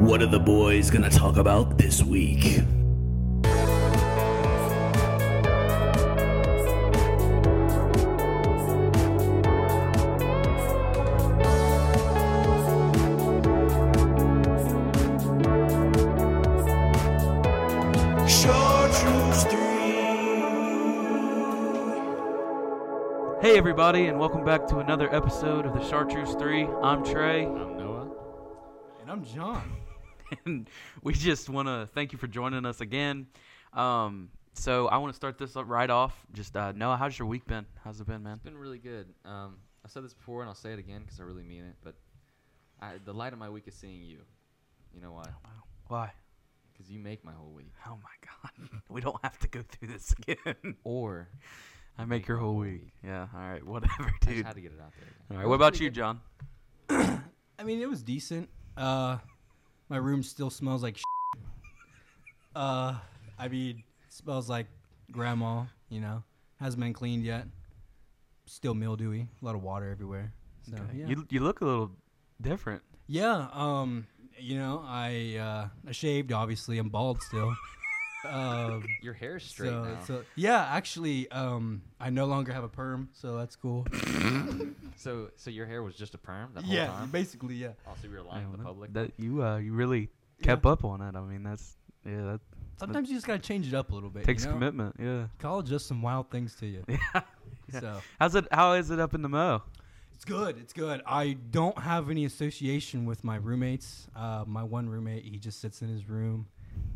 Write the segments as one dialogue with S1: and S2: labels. S1: What are the boys gonna talk about this week?
S2: Hey, everybody, and welcome back to another episode of the Chartreuse 3. I'm Trey,
S3: I'm Noah.
S4: And I'm John.
S2: and we just want to thank you for joining us again. Um, so, I want to start this up right off. Just, uh, Noah, how's your week been? How's it been, man?
S3: It's been really good. Um, I said this before, and I'll say it again because I really mean it. But I, the light of my week is seeing you. You know why?
S2: Why?
S3: Because you make my whole week.
S2: Oh, my God. We don't have to go through this again.
S3: Or
S2: I make your whole week. Yeah, all right, whatever,
S3: I just
S2: dude.
S3: had to get it out
S2: All
S3: there.
S2: right, what about you, John?
S4: I mean, it was decent. Uh, my room still smells like. shit. Uh, I mean, smells like grandma. You know, hasn't been cleaned yet. Still mildewy. A lot of water everywhere. So yeah.
S2: You, you look a little different.
S4: yeah. Um, you know, I uh, I shaved. Obviously, I'm bald still. um,
S3: Your hair is straight
S4: so,
S3: now. So,
S4: so yeah, actually, um, I no longer have a perm, so that's cool.
S3: so, your hair was just a perm that whole
S4: yeah,
S3: time.
S4: basically, yeah.
S3: Also, you were
S2: I
S3: lying to
S2: don't
S3: the
S2: know.
S3: public.
S2: That you uh, you really kept up on it. I mean, that's yeah, that
S4: Sometimes you just gotta change it up a little bit.
S2: takes
S4: you know?
S2: commitment. Yeah.
S4: College does some wild things to you. So
S2: How's it? How is it up in the mo?
S4: it's good. It's good. I don't have any association with my roommates. Uh, my one roommate, he just sits in his room,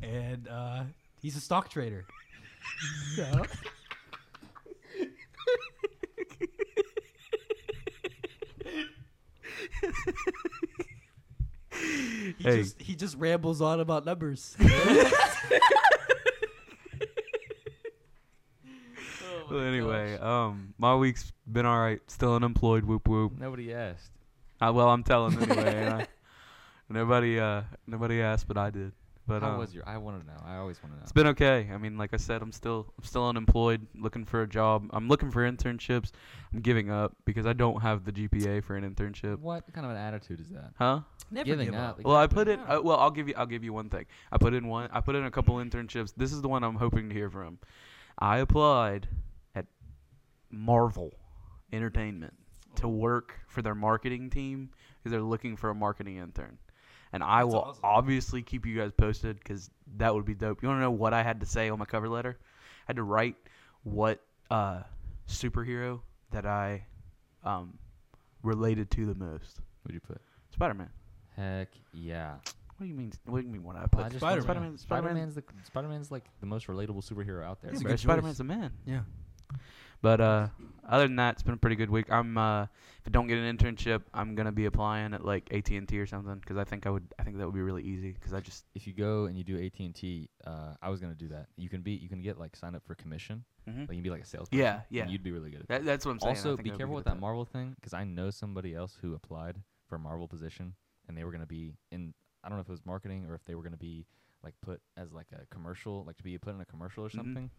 S4: and uh, he's a stock trader. so, he
S2: Hey.
S4: just he just rambles on about numbers.
S3: Oh
S2: well, anyway, um, my week's been all right. Still unemployed. Whoop whoop.
S3: Nobody asked.
S2: Uh, well, I'm telling anyway. and I, nobody, uh, nobody asked, but I did. But
S3: How
S2: um,
S3: was your? I want to know. I always want to know.
S2: It's been okay. I mean, like I said, I'm still I'm still unemployed, looking for a job. I'm looking for internships. I'm giving up because I don't have the GPA for an internship.
S3: what kind of an attitude is that?
S2: Huh?
S4: Never
S3: Giving
S4: give
S3: up.
S2: Well, I put in.
S4: Exactly.
S2: Uh, well, I'll give you. I'll give you one thing. I put in one. I put in a couple internships. This is the one I'm hoping to hear from. I applied at Marvel Entertainment to work for their marketing team because they're looking for a marketing intern. And I will
S4: awesome.
S2: obviously keep you guys posted because that would be dope. You want to know what I had to say on my cover letter? I had to write what uh, superhero that I um, related to the most.
S3: What'd you put?
S2: Spider Man.
S3: Heck yeah.
S2: What do you mean? What do you mean? What I
S3: I
S2: put?
S3: just
S2: Spider-Man. Spider-Man. Spider-Man.
S3: wanna- Spider-Man's the Spider-Man's like the most relatable superhero out there.
S4: It's a
S2: bro,
S4: good choice.
S2: Spider-Man's the man.
S4: Yeah.
S2: But uh, other than that, it's been a pretty good week. I'm uh, if I don't get an internship, I'm gonna be applying at like AT and T or something because I think I would. I think that would be really easy because I just.
S3: if you go and you do AT and T, uh, I was gonna do that. You can be, you can get like sign up for commission.
S2: Mhm.
S3: Like you can be like a salesperson.
S2: Yeah,
S3: and
S2: yeah.
S3: you'd be really good at that.
S2: That, that's what I'm saying. I
S3: Mm-hmm. Also,
S2: think
S3: be
S2: I would
S3: careful
S2: good
S3: with
S2: at
S3: that Marvel thing because I know somebody else who applied for a Marvel position and they were gonna be in. I don't know if it was marketing or if they were gonna be like put as like a commercial, like to be put in a commercial or
S2: Mhm.
S3: something.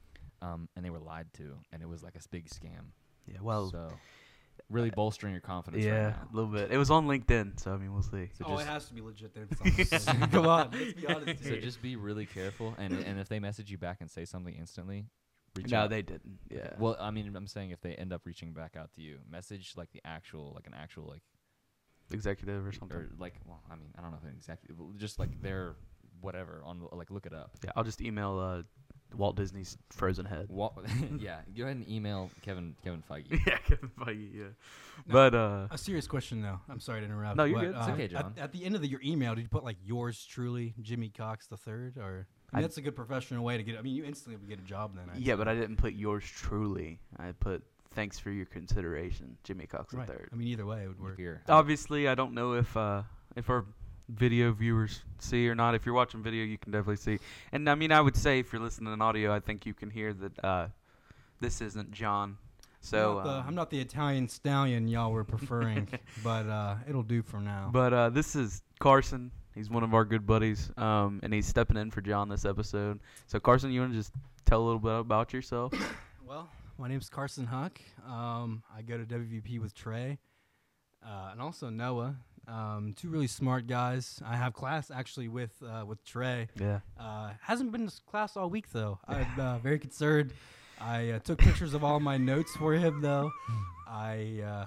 S3: Um, and they were lied to, and it was like a s- big scam.
S2: Yeah. Well. uh,
S3: so really bolstering your confidence.
S2: yeah,
S3: Right
S2: a
S3: now.
S2: little bit. It was on LinkedIn, so I mean, we'll see.
S3: So
S4: oh, it
S3: just,
S4: has to be legit then. it's not- Come on, let's be honest.
S3: so
S4: Here.
S3: just be really careful, and and if they message you back and say something instantly, reach
S2: no,
S3: out.
S2: they didn't. Yeah.
S3: Well, I mean, I'm saying if they end up reaching back out to you, message like the actual, like an actual, like
S2: Executive or something.
S3: or like, well, I mean, I don't know if an executive, but just like their whatever on the- like look it up.
S2: yeah. I'll just email uh, Walt Disney's Frozen head.
S3: Wa yeah, go ahead and email Kevin Kevin Feige.
S2: yeah. Kevin Feige, yeah. But uh.
S4: A serious question, though. I'm sorry to interrupt.
S2: No, you're
S4: but,
S2: good. It's
S4: uh,
S3: okay,
S4: at-
S3: John.
S4: At, the end of the, your email, did you put like yours truly, Jimmy Cox the third, or
S2: I-
S4: I mean, that's a good professional way to get. I mean, you instantly would get a job then. I
S2: Yeah, but I didn't put yours truly. I put thanks for your consideration, Jimmy Cox
S4: right.
S2: III.
S4: I mean, either way, it would work.
S3: Here.
S2: Obviously, I don't know if uh, if our video viewers see or not. If you're watching video, you can definitely see. And I mean, I would say if you're listening in audio, I think you can hear that uh, this isn't John. So,
S4: I'm not, the,
S2: uh,
S4: I'm not the Italian stallion y'all were preferring, but uh, it'll do for now.
S2: but uh, this is Carson. He's one of our good buddies, um, and he's stepping in for John this episode. So, Carson, you want to just tell a little bit about yourself?
S4: Well, my name's Carson Huck. Um, I go to WVP with Trey uh, and also Noah. Um, two really smart guys. I have class actually with uh, with Trey.
S2: Yeah.
S4: Uh, hasn't been to class all week though. I'm uh, very concerned. I uh, took pictures of all my notes for him though. I uh,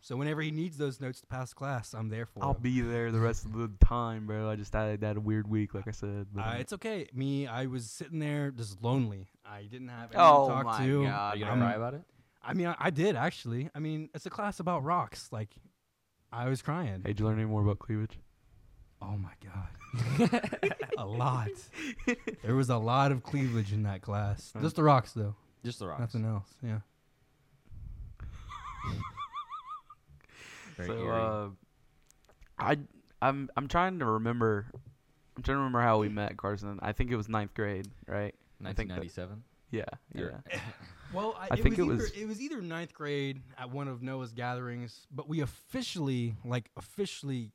S4: so whenever he needs those notes to pass class, I'm there for
S2: I'll
S4: him.
S2: be there the rest of the time, bro. I just had that weird week, like I said. but,
S4: Uh,
S2: uh,
S4: it's okay. Me, I was sitting there just lonely. I didn't have anyone
S2: Oh
S4: to talk
S2: my
S4: to.
S2: God.
S3: Are you
S4: I'm-
S3: gonna cry about it?
S4: I mean, I, I did actually. I mean, it's a class about rocks. Like, I was crying.
S2: hey, did you learn any more about cleavage?
S4: Oh my god, a lot. There was a lot of cleavage in that class. Just the rocks, though.
S3: Just the rocks.
S4: Nothing else. Yeah.
S3: Very
S2: so,
S3: eerie.
S2: uh, I I'm I'm trying to remember. I'm trying to remember how we met, Carson. I think it was ninth grade, right? I think that,
S3: 1997.
S2: yeah, yeah.
S3: Or-
S4: Well, I,
S2: I
S4: it
S2: think
S4: was
S2: it
S4: either,
S2: was-
S4: it was either ninth grade at one of Noah's gatherings, but we officially, like, officially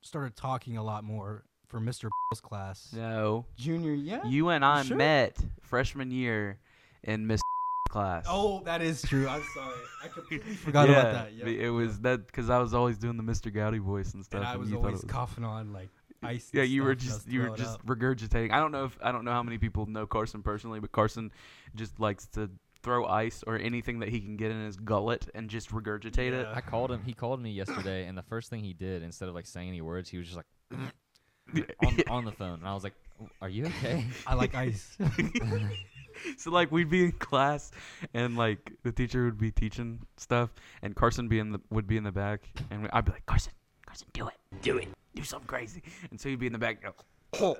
S4: started talking a lot more for Mr. B's class.
S2: No,
S4: Junior, yeah.
S2: you and I
S4: sure?
S2: met freshman year in Miss class.
S4: oh, that is true. I'm sorry. I completely forgot
S2: Yeah,
S4: about that. Yeah.
S2: but It was that because I was always doing the Mr. Gowdy voice and stuff.
S4: and I was
S2: you thought it
S4: always coughing on like ice.
S2: Yeah,
S4: and
S2: you were
S4: stuff,
S2: just
S4: I'd
S2: you
S4: throw
S2: were
S4: it
S2: just
S4: up.
S2: regurgitating. I don't know if I don't know how many people know Carson personally, but Carson just likes to throw ice or anything that he can get in his gullet and just regurgitate it.
S3: I called him. He called me yesterday, and the first thing he did, instead of like saying any words, he was just like on, on the phone, and I was like, "Are you okay?"
S4: I like ice.
S2: so like we'd be in class and like the teacher would be teaching stuff and Carson be in the would be in the back and we- I'd be like Carson, Carson, do it, do it, do something crazy. And so he'd be in the back. go,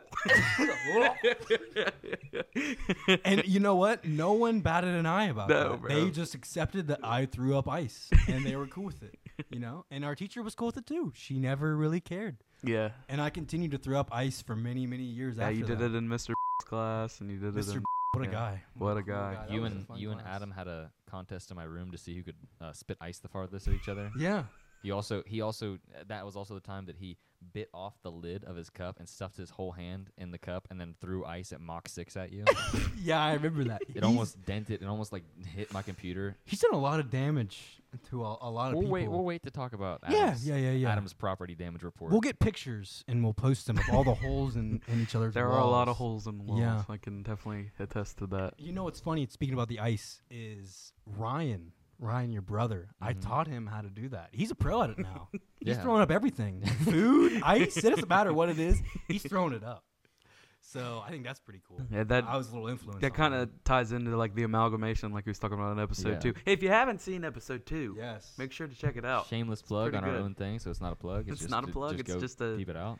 S4: and you know what? No one batted an eye about
S2: No,
S4: that.
S2: bro.
S4: They just accepted that I threw up ice, and they were cool with it. You know, and our teacher was cool with it too. She never really cared.
S2: yeah,
S4: And I continued to throw up ice for many, many years
S2: yeah.
S4: after
S2: You did
S4: that.
S2: it in Mr. class and you did it
S4: Mr.
S2: in
S4: What
S2: yeah.
S4: a guy!
S2: what a
S4: cool
S2: guy.
S4: That
S3: you
S4: was a
S3: and
S4: fun
S3: you and
S4: class.
S3: Adam had a contest in my room to see who could uh, spit ice the farthest at each other.
S4: Yeah,
S3: He also he also uh, that was also the time that he bit off the lid of his cup and stuffed his whole hand in the cup and then threw ice at Mach six at you.
S4: yeah, I remember that.
S3: it almost dented. It almost like hit my computer.
S4: he's done a lot of damage to a, a lot of
S3: We'll
S4: people.
S3: wait. We'll wait to talk about
S4: Yeah,
S3: Adam's,
S4: yeah, yeah, yeah.
S3: Adam's property damage report.
S4: We'll get pictures and we'll post them of all the holes in, in each other's.
S2: There are a lot of
S4: walls.
S2: holes in the walls.
S4: Yeah.
S2: I can definitely attest to that.
S4: You know what's funny? Speaking about the ice, is Ryan, Ryan, your brother. I
S2: Mm-hmm.
S4: taught him how to do that. He's a pro at it now. He's
S3: Yeah.
S4: throwing up everything, food, ice. It doesn't matter what it is. He's throwing it up. So I think that's pretty cool.
S2: Yeah, that-
S4: I was a little influenced.
S2: That
S4: on
S2: kind of ties into like the amalgamation, like we was talking about in episode
S3: Yeah.
S2: two. If you haven't seen episode two,
S4: Yes.
S2: make sure to check it out.
S3: Shameless plug
S2: pretty
S3: on our
S2: good.
S3: own thing, so it's not a plug. It's,
S2: It's
S3: just
S2: not a
S3: ju-
S2: plug, it's
S3: go
S2: just a-
S3: keep it out.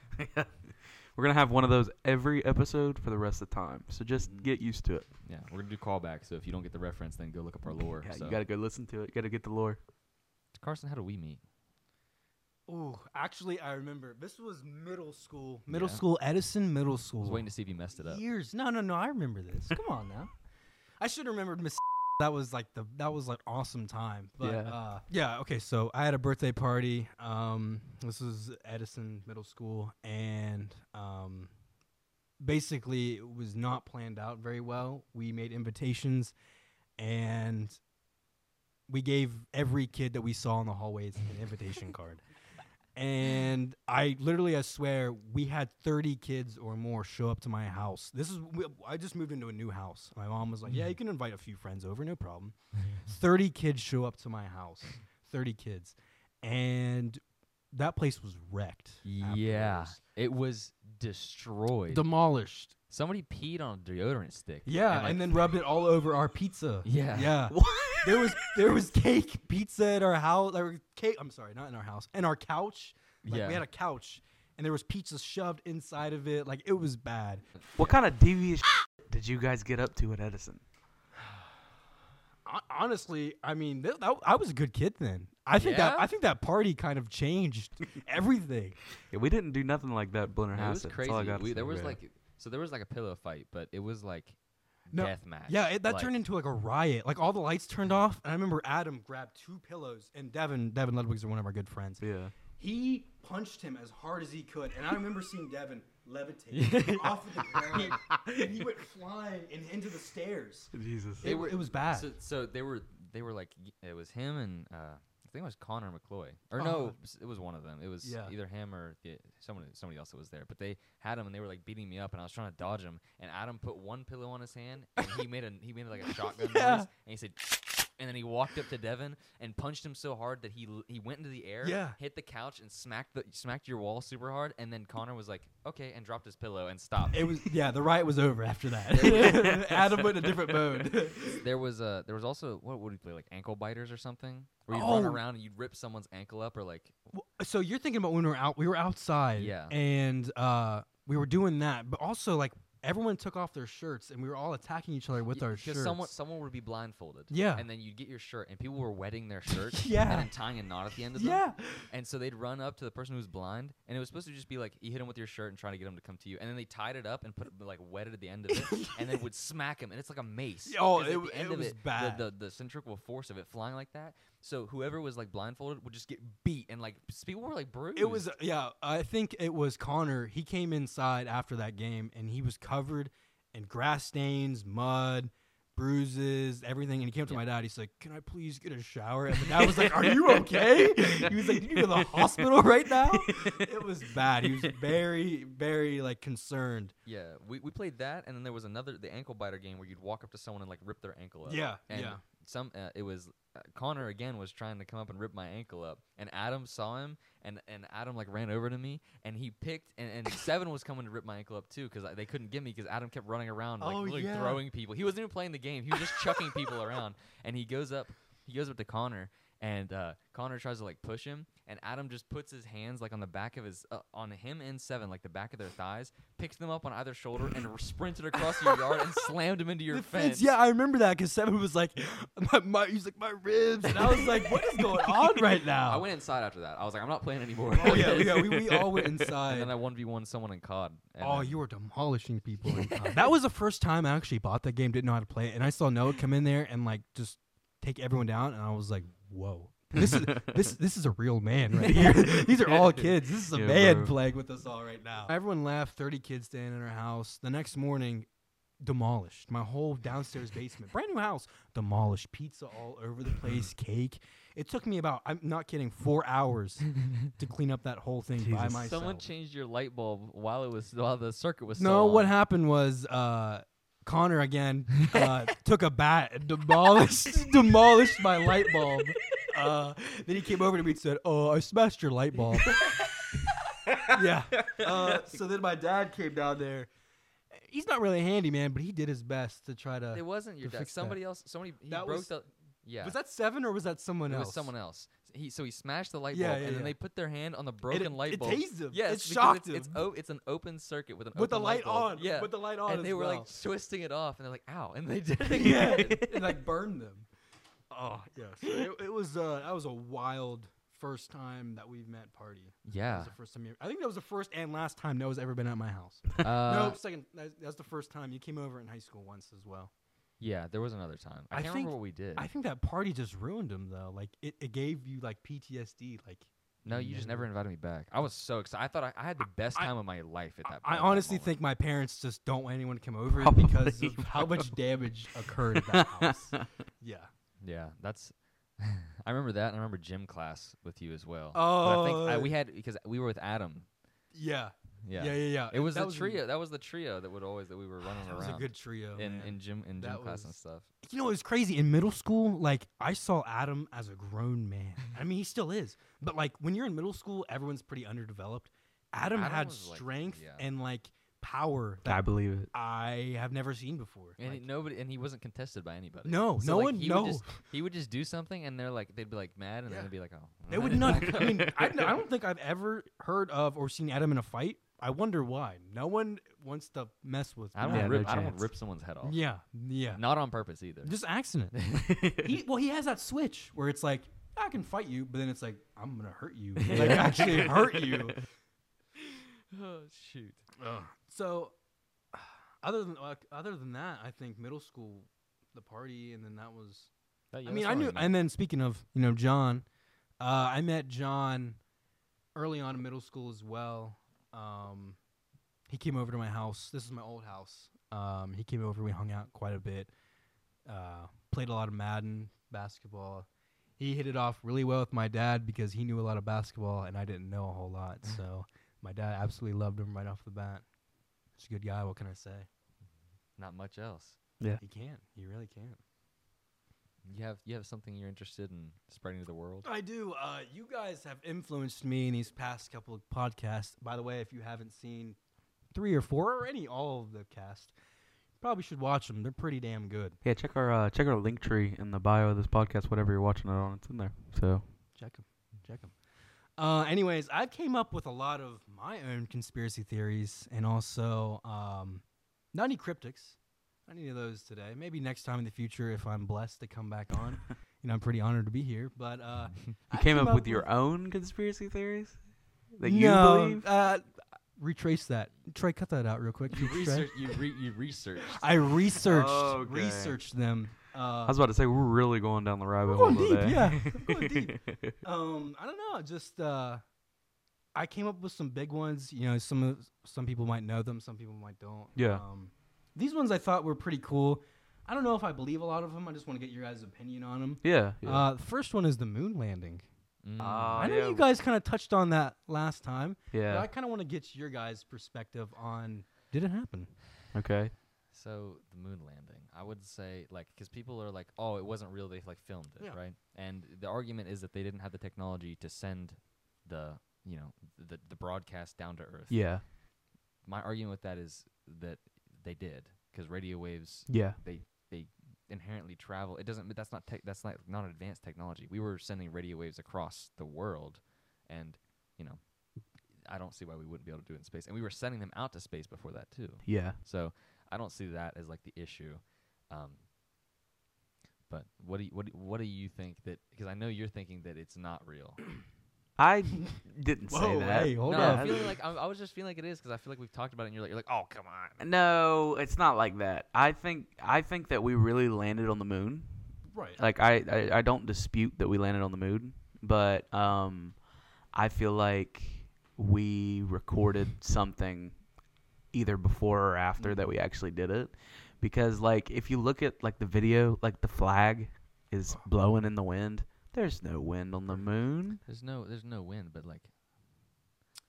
S2: We're gonna have one of those every episode for the rest of the time, so just
S3: Mm-hmm.
S2: get used to it.
S3: Yeah, we're gonna do callbacks. So if you don't get the reference, then go look up our lore.
S2: Yeah,
S3: so.
S2: you gotta go listen to it. You gotta get the lore.
S3: Carson, how do we meet?
S4: Ooh, actually, I remember this was middle school, middle
S3: Yeah.
S4: school, Edison Middle
S3: I
S4: School.
S3: was waiting to see if you messed it up.
S4: Years? No, no, no. I remember this. Come on now. I should have remembered Miss. That was like the that was like awesome time. But
S2: Yeah.
S4: yeah. Uh, yeah. Okay. So I had a birthday party. Um, this was Edison Middle School, and um, basically it was not planned out very well. We made invitations, and we gave every kid that we saw in the hallways an invitation card. And I literally, I swear, we had 30 kids or more show up to my house. This is, we- I just moved into a new house. My mom was like, Yeah, you can invite a few friends over, no problem. 30 kids show up to my house, 30 kids. And that place was wrecked.
S3: Yeah,
S4: afterwards.
S3: it was destroyed.
S4: Demolished.
S3: Somebody peed on a deodorant stick.
S4: Yeah. And,
S3: like,
S4: then rubbed it all over our pizza.
S3: Yeah.
S4: Yeah. there was there was cake, pizza at our house. There were cake. I'm sorry, not in our house. And our couch. Like
S3: Yeah.
S4: we had a couch, and there was pizza shoved inside of it. Like it was bad.
S2: What kind of devious did you guys get up to at Edison?
S4: Hon- Honestly, I mean, th- that, I was a good kid then. I think that
S3: Yeah?
S4: I think that party kind of changed everything.
S2: Yeah, we didn't do nothing like that, Blunder
S3: it was
S2: House.
S3: crazy. We- there was like so there was like a pillow fight, but it was like
S4: No,
S3: death match.
S4: Yeah, it, that
S3: Like,
S4: turned into like a riot. Like all the lights turned off, and I remember Adam grabbed two pillows, and Devin Devin Ludwig's one of our good friends.
S2: yeah.
S4: He punched him as hard as he could, and I remember seeing Devin levitate off of the ground, and he went flying and into the stairs.
S2: Jesus.
S4: It, wa- it was bad.
S3: So, so they were they were like y- it was him and uh, I think it was Connor McCloy, or
S4: Oh.
S3: no, s- it was one of them. It was
S4: Yeah.
S3: either him or the, someone, somebody else that was there. But they had him, and they were like beating me up, and I was trying to dodge him. And Adam put one pillow on his hand, and he made a he made like a shotgun
S4: Yeah.
S3: noise, and he said, and then he walked up to Devin and punched him so hard that he l- he went into the air,
S4: Yeah.
S3: hit the couch, and smacked the smacked your wall super hard. And then Connor was like, okay, and dropped his pillow and stopped.
S4: It was yeah. The riot was over after that. Adam went in a different mode.
S3: There was uh there was also what would you play like ankle biters or something where you would run
S4: Oh.
S3: around and you'd rip someone's ankle up or like
S4: Well, so you're thinking about when we were out we were outside
S3: Yeah.
S4: and uh we were doing that but also like everyone took off their shirts and we were all attacking each other with
S3: Y-
S4: our shirts
S3: someone someone would be blindfolded.
S4: Yeah.
S3: And then you'd get your shirt, and people were wetting their shirt.
S4: Yeah.
S3: And then tying a knot at the end of them.
S4: yeah
S3: And so they'd run up to the person who was blind, and it was supposed to just be like you hit him with your shirt and try to get him to come to you, and then they tied it up and put like wetted at the end of it, and then would smack him, and it's like a mace.
S4: Yeah, oh,
S3: 'cause
S4: it
S3: at
S4: w-
S3: the
S4: it
S3: end of
S4: was
S3: it,
S4: bad.
S3: The, the the centrifugal force of it flying like that. So whoever was like blindfolded would just get beat, and like s- people were like bruised.
S4: it was yeah i think it was connor he came inside after that game and he was covered in grass stains mud bruises everything and he came up to my dad he's like can i please get a shower and my dad was like are you okay he was like you go to the hospital right now it was bad he was very very like concerned
S3: Yeah, we, we played that, and then there was another the ankle biter game where you'd walk up to someone and like rip their ankle up.
S4: Yeah,
S3: and
S4: yeah.
S3: Some uh, it was uh, Connor again was trying to come up and rip my ankle up, and Adam saw him, and and Adam like ran over to me, and he picked, and, and Seven was coming to rip my ankle up too because they couldn't get me because Adam kept running around like
S4: Oh,
S3: literally
S4: yeah.
S3: throwing people. He wasn't even playing the game; he was just chucking people around, and he goes up, he goes up to Connor. And uh, Connor tries to like push him, and Adam just puts his hands like on the back of his, uh, on him and Seven, like the back of their thighs, picks them up on either shoulder and sprinted across your yard and slammed him into your fence.
S4: fence. Yeah, I remember that because Seven was like, my, my, he's like my ribs, and I was like, what is going on right now?
S3: I went inside after that. I was like, I'm not playing anymore.
S4: Oh yeah, yeah, we, we all went inside.
S3: and then I one v one someone in COD. and
S4: oh,
S3: then-
S4: you were demolishing people. in time. that was the first time I actually bought that game. Didn't know how to play it, and I saw Noah come in there and like just take everyone down, and I was like, whoa. this is this this is a real man right here. These are all kids. This is a
S2: Yeah,
S4: man
S2: bro.
S4: playing with us all right now. Everyone left. Thirty kids staying in our house. The next morning, demolished my whole downstairs basement. Brand new house, demolished. Pizza all over the place. Cake. It took me about I'm not kidding four hours to clean up that whole thing by
S2: Jesus.
S4: myself.
S3: someone changed your light bulb while it was while the circuit was.
S4: No,
S3: still
S4: what
S3: on.
S4: happened was uh, Connor again uh, took a bat and demolished demolished my light bulb. Uh, then he came over to me and said, "Oh, I smashed your light bulb." yeah. Uh, so then my dad came down there. He's not really a handyman, but he did his best to try to.
S3: It wasn't your
S4: to
S3: dad.
S4: fix that.
S3: Somebody else. Somebody he
S4: That
S3: broke
S4: was-
S3: the. Yeah.
S4: Was that seven or was that someone
S3: It
S4: else?
S3: was someone else. He so he smashed the light
S4: Yeah,
S3: bulb,
S4: yeah,
S3: and then
S4: yeah.
S3: they put their hand on the broken light
S4: it
S3: bulb.
S4: tased him.
S3: Yeah,
S4: It
S3: it's because
S4: shocked
S3: it's, It's,
S4: him.
S3: o- it's an open circuit with an
S4: With the
S3: open
S4: light
S3: bulb.
S4: on,
S3: Yeah,
S4: with the light on
S3: and
S4: as
S3: they were
S4: well.
S3: like twisting it off, and they're like, "Ow!" And they did it
S4: Yeah,
S3: again.
S4: and like burned them. Oh yes, it, it was. Uh, that was a wild first time that we've met. Party. That
S3: yeah.
S4: was the first time you- I think that was the first and last time Noah's ever been at my house.
S3: Uh,
S4: no, second. That's, that's the first time you came over in high school once as well.
S3: Yeah, there was another time. I,
S4: I
S3: can't remember
S4: think-
S3: what we did.
S4: I think that party just ruined him though. Like it, it gave you like PTSD. Like
S3: no, you just never invited me back. I was so excited. I thought I, I had the best
S4: I-
S3: time of my life at that.
S4: I
S3: at that
S4: honestly
S3: moment.
S4: think my parents just don't want anyone to come over
S2: Probably,
S4: because of how much damage occurred at that house. Yeah.
S3: Yeah, that's. I remember that. And I remember gym class with you as well. But I think I,
S4: Oh.
S3: we had because we were with Adam.
S4: Yeah.
S3: Yeah.
S4: Yeah. Yeah. Yeah.
S3: It was
S4: That
S3: the
S4: a-
S3: trio. That was the trio that would always that we were running
S4: That
S3: around
S4: was a good trio.
S3: in,
S4: man.
S3: in gym in gym
S4: That
S3: class and
S4: was-
S3: stuff.
S4: you know, it was crazy. In middle school, like I saw Adam as a grown man. I mean, he still is. But like when you're in middle school, everyone's pretty underdeveloped. Adam,
S3: Adam
S4: had
S3: was, like,
S4: strength
S3: yeah.
S4: and like power
S2: I
S4: that
S2: believe it.
S4: I have never seen before.
S3: And
S4: Like,
S3: he, nobody and he wasn't contested by anybody.
S4: No, no
S3: like,
S4: one-
S3: He
S4: no.
S3: Would just, he would just do something, and they're like they'd be like mad, and then
S4: Yeah.
S3: they'd be like, oh.
S4: they would not. I mean, I, I don't think I've ever heard of or seen Adam in a fight. I wonder why. No one wants to mess with.
S3: I don't
S2: Yeah,
S3: want to
S4: Adam.
S2: no
S3: rip. I don't want
S2: chance.
S3: to rip someone's head off.
S4: Yeah, yeah.
S3: Not on purpose either.
S4: Just accident. he, well, he has that switch where it's like I can fight you, but then it's like I'm gonna hurt you, like actually hurt you.
S3: oh shoot.
S4: So, other than like, other than that, I think middle school, the party, and then that was. I mean, I knew. And then speaking of, you know, John, uh, I met John early on in middle school as well. Um, he came over to my house. This is my old house. Um, he came over. We hung out quite a bit. Uh, played a lot of Madden basketball. he hit it off really well with my dad because he knew a lot of basketball and I didn't know a whole lot. So my dad absolutely loved him right off the bat. He's a good guy. What can I say?
S3: Not much else.
S4: He can. He really can.
S3: You have you have something you're interested in spreading to the world.
S4: I do. Uh, you guys have influenced me in these past couple of podcasts. By the way, if you haven't seen three or four or any all of the cast, you probably should watch them. They're pretty damn good.
S2: Yeah, check our uh, check our link tree in the bio of this podcast, whatever you're watching it on, it's in there. So
S4: Check them. Check them. Uh, anyways, I came up with a lot of my own conspiracy theories and also um, not any cryptics. Not any of those today. Maybe next time in the future if I'm blessed to come back on. you know, I'm pretty honored to be here. But uh, I
S2: you came up with your own conspiracy theories that
S4: no,
S2: you believe.
S4: Uh, retrace that. Trey, cut that out real quick.
S3: You
S4: Trey.
S3: research. You re, you researched.
S4: I researched
S2: Okay.
S4: researched them. Uh,
S2: I was about to say we're really going down the rabbit
S4: going
S2: hole
S4: deep,
S2: today.
S4: yeah. We're going um, I don't know. Just uh, I came up with some big ones. You know, some of- some people might know them, some people might don't.
S2: Yeah.
S4: Um, these ones I thought were pretty cool. I don't know if I believe a lot of them. I just want to get your guys' opinion on them.
S2: yeah. yeah.
S4: Uh, the first one is the moon landing.
S3: Mm.
S2: Ah,
S4: I know
S2: yeah.
S4: you guys kind of touched on that last time. But
S2: Yeah.
S4: I kind of want to get your guys' perspective on did it happen?
S2: Okay.
S3: So the moon landing, I would say, like, because people are like, "Oh, it wasn't real. They like filmed it,
S4: Yeah.
S3: right?" And the argument is that they didn't have the technology to send the, you know, the the broadcast down to Earth.
S2: Yeah.
S3: My argument with that is that they did, because radio waves
S2: Yeah.
S3: they they inherently travel. It doesn't. That's not. Tech, that's not not advanced technology. We were sending radio waves across the world, and you know, I don't see why we wouldn't be able to do it in space. And we were sending them out to space before that too.
S2: Yeah.
S3: So I don't see that as like the issue. Um, but what do you, what do, what do you think that? Because I know you're thinking that it's not real.
S2: I didn't say
S4: Whoa,
S2: that.
S4: hey, hold
S3: no,
S4: up.
S3: I feel like I, I was just feeling like it is because I feel like we've talked about it. and You're like you're like, oh come on.
S2: No, it's not like that. I think I think that we really landed on the moon.
S4: Right.
S2: Like I, I, I don't dispute that we landed on the moon, but um, I feel like we recorded something either before or after that we actually did it, because like if you look at like the video, like the flag is blowing in the wind. There's no wind on the moon.
S3: There's no there's no wind, but like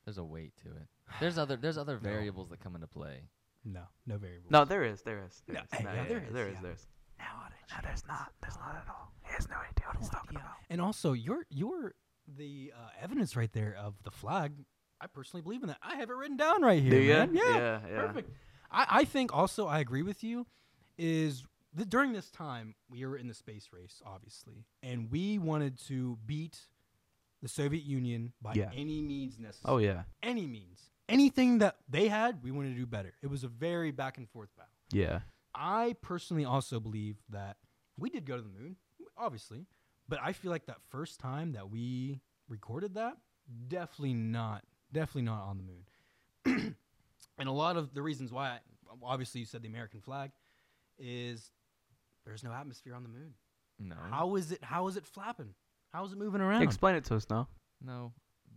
S3: there's a weight to it. There's other there's other variables that come into play.
S4: No, no variables.
S2: No, there is, there is, there
S4: No,
S2: is.
S4: hey,
S2: No,
S4: yeah, there is,
S2: there is,
S4: yeah.
S2: there is. No, no, there's not. There's not at all. He has no idea what he's talking
S4: Yeah. And also, your your the uh, evidence right there of the flag. I personally believe in that. I have it written down right here.
S2: Do ya?
S4: man. Yeah,
S2: Yeah, yeah.
S4: Perfect. I, I think also I agree with you. Is that during this time we were in the space race, obviously, and we wanted to beat the Soviet Union by
S2: Yeah.
S4: any means necessary.
S2: Oh yeah,
S4: Any means. Anything that they had, we wanted to do better. It was a very back and forth battle.
S2: yeah.
S4: I personally also believe that we did go to the moon, obviously, but I feel like that first time that we recorded that, definitely not, definitely not on the moon. and a lot of the reasons why, I, obviously, you said the American flag, is there's no atmosphere on the moon.
S3: No.
S4: How is it? How is it flapping? How is it moving around?
S2: Explain it to us now.
S3: No,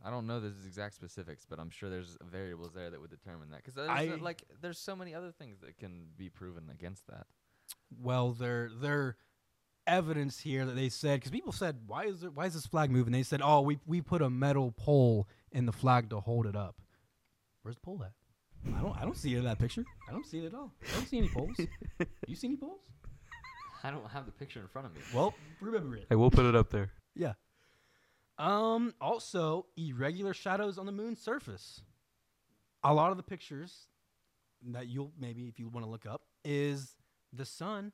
S3: I don't know the exact specifics, but I'm sure there's variables there that would determine that. Because
S4: I-
S3: like, there's so many other things that can be proven against that.
S4: well, their their evidence here that they said because people said why is there, why is this flag moving? They said, oh, we we put a metal pole in the flag to hold it up. Where's the pole at? I don't I don't see it in that picture. I don't see it at all. I don't see any poles. you see any poles?
S3: I don't have the picture in front of me.
S4: Well, remember it.
S2: Hey, we'll put it up there.
S4: Yeah. Um. Also, irregular shadows on the moon's surface. A lot of the pictures that you'll maybe, if you want to look up, is the sun.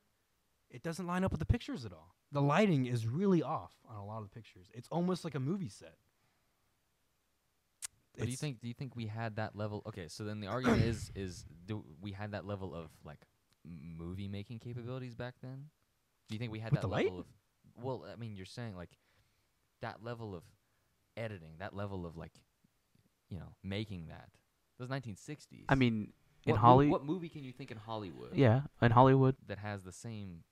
S4: It doesn't line up with the pictures at all. The lighting is really off on a lot of the pictures. It's almost like a movie set.
S3: But do you
S4: It's-
S3: think? Do you think we had that level? Okay, so then the argument is is do we had that level of like movie making capabilities back then? Do you think we had
S4: With
S3: that
S4: the light?
S3: level of? Well, I mean, you're saying like that level of editing, that level of like, you know, making that. Those 1960s.
S2: I mean, in
S3: What mo-
S2: Hollywood,
S3: what movie can you think in Hollywood?
S2: yeah, in Hollywood,
S3: that has the same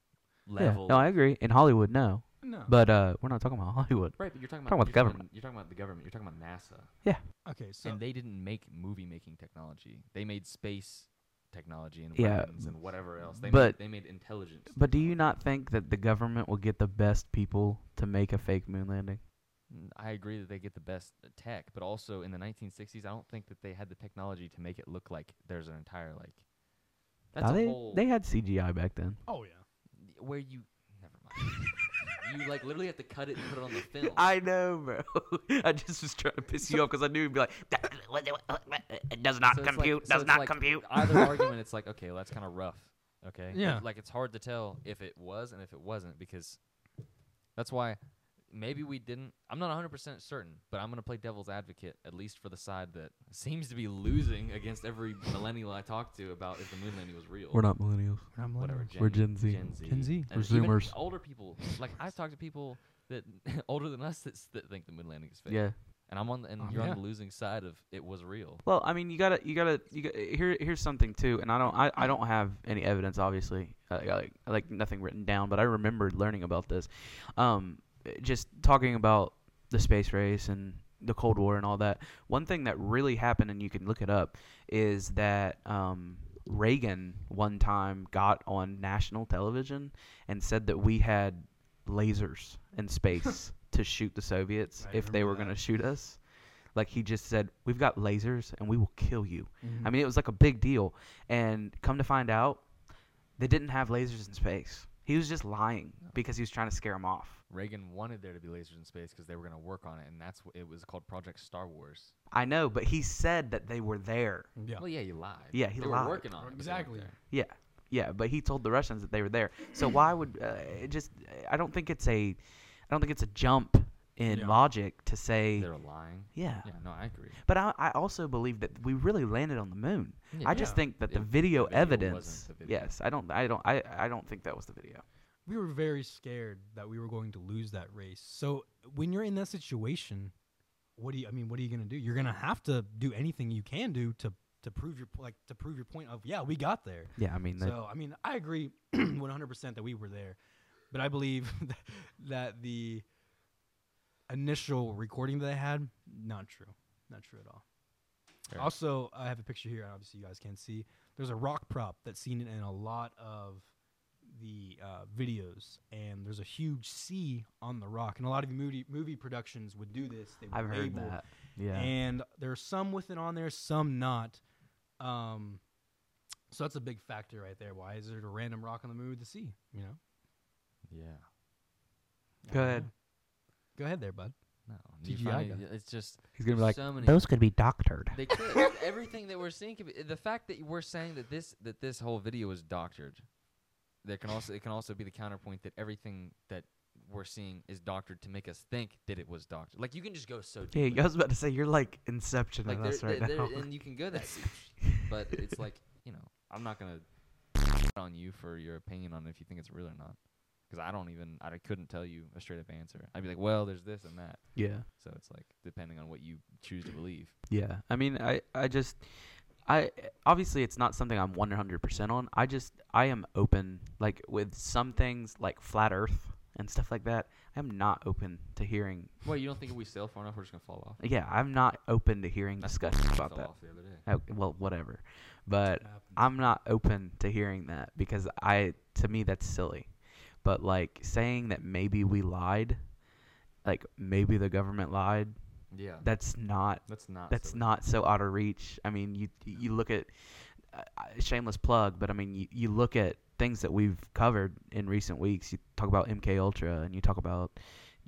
S2: yeah.
S3: level.
S2: No, I agree. In Hollywood, no,
S4: No.
S2: but uh, we're not talking about Hollywood.
S3: right, but you're talking
S2: Talking
S3: about,
S2: about the
S3: you're
S2: government.
S3: You're talking about the government. You're talking about NASA,
S4: okay, so
S3: and they didn't make movie making technology. They made space technology and
S2: Yeah,
S3: weapons and whatever else. They
S2: but-
S3: made, they made intelligence.
S2: But do you not think that the government will get the best people to make a fake moon landing?
S3: N- I agree that they get the best uh, tech, but also in the 1960s, I don't think that they had the technology to make it look like there's an entire like. That's
S2: Ah,
S3: a
S2: they
S3: whole
S2: they had CGI back then.
S5: Oh yeah.
S3: where you never mind. you like literally have to cut it and put it on the film.
S2: I know, bro. I just was trying to piss you off because I knew you'd be like,
S6: It does not
S3: So it's like-
S6: compute.
S3: so
S6: does
S3: it's
S6: not
S3: like
S6: compute.
S3: Either argument, it's like okay, well, that's kind of rough. Okay. It-
S5: Yeah.
S3: like it's hard to tell if it was and if it wasn't because that's why maybe we didn't. I'm not 100 percent certain, but I'm gonna play devil's advocate at least for the side that seems to be losing against every millennial I talk to about if the moon landing was real.
S2: "We're not millennials."
S3: whatever. Gen,
S2: We're Gen Z.
S3: Gen Z.
S4: Gen Z.
S3: And
S2: We're
S3: even
S2: Zoomers.
S3: Older people. Like I talk to people that older than us that, s- that think the moon landing is fake.
S2: Yeah. Uh-huh.
S3: And I'm on the, and
S4: Um,
S3: you're
S4: yeah.
S3: on the losing side of it was real.
S2: Well, I mean, you gotta, you gotta, you got here, here's something too, and I don't, I, I don't have any evidence, obviously, uh, like, like nothing written down, but I remembered learning about this, um, just talking about the space race and the Cold War and all that. One thing that really happened, and you can look it up, is that um, Reagan one time got on national television and said that we had lasers in space to shoot the Soviets
S4: I
S2: if they
S4: remember
S2: were
S4: that.
S2: going to shoot us like he just said we've got lasers and we will kill you i
S4: Mhm.
S2: mean it was like a big deal and come to find out they didn't have lasers in space he was just lying because he was trying to scare him off
S3: Reagan wanted there to be lasers in space because they were going to work on it, and that's what it was called Project Star Wars.
S2: i know but he said that they were there
S4: Yeah.
S3: Well, yeah, you lied.
S2: Yeah, he
S3: they
S2: lied.
S3: were working on it. but they weren't
S4: Exactly.
S3: there.
S2: yeah yeah but he told the russians that they were there so why would uh, it just i don't think it's a i don't think it's a jump in
S4: Yeah.
S2: logic to say
S3: They were lying.
S2: yeah.
S3: Yeah, no, I agree.
S2: but I, I also believe that we really landed on the moon i just
S4: Yeah.
S2: think that the
S3: If the
S2: video,
S3: video wasn't the
S2: evidence
S3: video.
S2: yes i don't i don't I, I don't think that was the video
S4: we were very scared that we were going to lose that race. So when you're in that situation, what do you? I mean, what are you going to do? You're going to have to do anything you can do to to prove your po- like to prove your point of yeah, we got there.
S2: yeah i mean
S4: So I mean, I agree 100 percent that we were there, but I believe that the initial recording that I had not true, not true at all.
S3: Fair.
S4: Also, I have a picture here. Obviously, you guys can't see. There's a rock prop that's seen in a lot of the uh, videos, and there's a huge C on the rock. And a lot of movie movie productions would do this. They would
S2: I've heard
S4: label
S2: that. Yeah.
S4: and there's some with it on there, some not. Um, so that's a big factor right there. Why is there a random rock on the moon with the sea? You know,
S3: Yeah.
S2: Go ahead.
S4: go ahead there, bud.
S3: No. you
S4: CGI
S3: find
S4: guy.
S3: it- It's just.
S2: He's gonna be
S3: there's
S2: like,
S3: so many-
S2: those could be doctored.
S3: They could. Everything that we're seeing, could be, the fact that we're saying that this that this whole video is doctored, there can also it can also be the counterpoint that everything that we're seeing is doctored to make us think that it was doctored. Like you can just go so deep.
S2: Yeah,
S3: with
S2: I was about to say you're like Inception
S3: like
S2: of us
S3: there,
S2: right
S3: there-
S2: now.
S3: there- and you can go that deep, but it's like you know i'm not gonna on you for your opinion on if you think it's real or not because i don't even i couldn't tell you a straight up answer i'd be like well there's this and that
S2: yeah,
S3: so it's like depending on what you choose to believe
S2: yeah. I mean, I, I just, I obviously it's not something I'm 100 percent on. I just, I am open, like with some things like flat Earth and stuff like that. I'm not open to hearing.
S3: well you don't think if we sail far enough we're just gonna fall off
S2: Yeah, I'm not open to hearing
S3: That's
S2: discussions
S3: I
S2: about
S3: fell
S2: that.
S3: off the other day
S2: Oh, well, whatever. But I'm not open to hearing that because I to me that's silly. But like saying that maybe we lied, like maybe the government lied,
S3: yeah
S2: that's not
S3: that's not
S2: that's
S3: silly.
S2: not so out of reach. I mean, you you look at uh, uh, shameless plug, but I mean, you, you look at things that we've covered in recent weeks. You talk about MK Ultra, and you talk about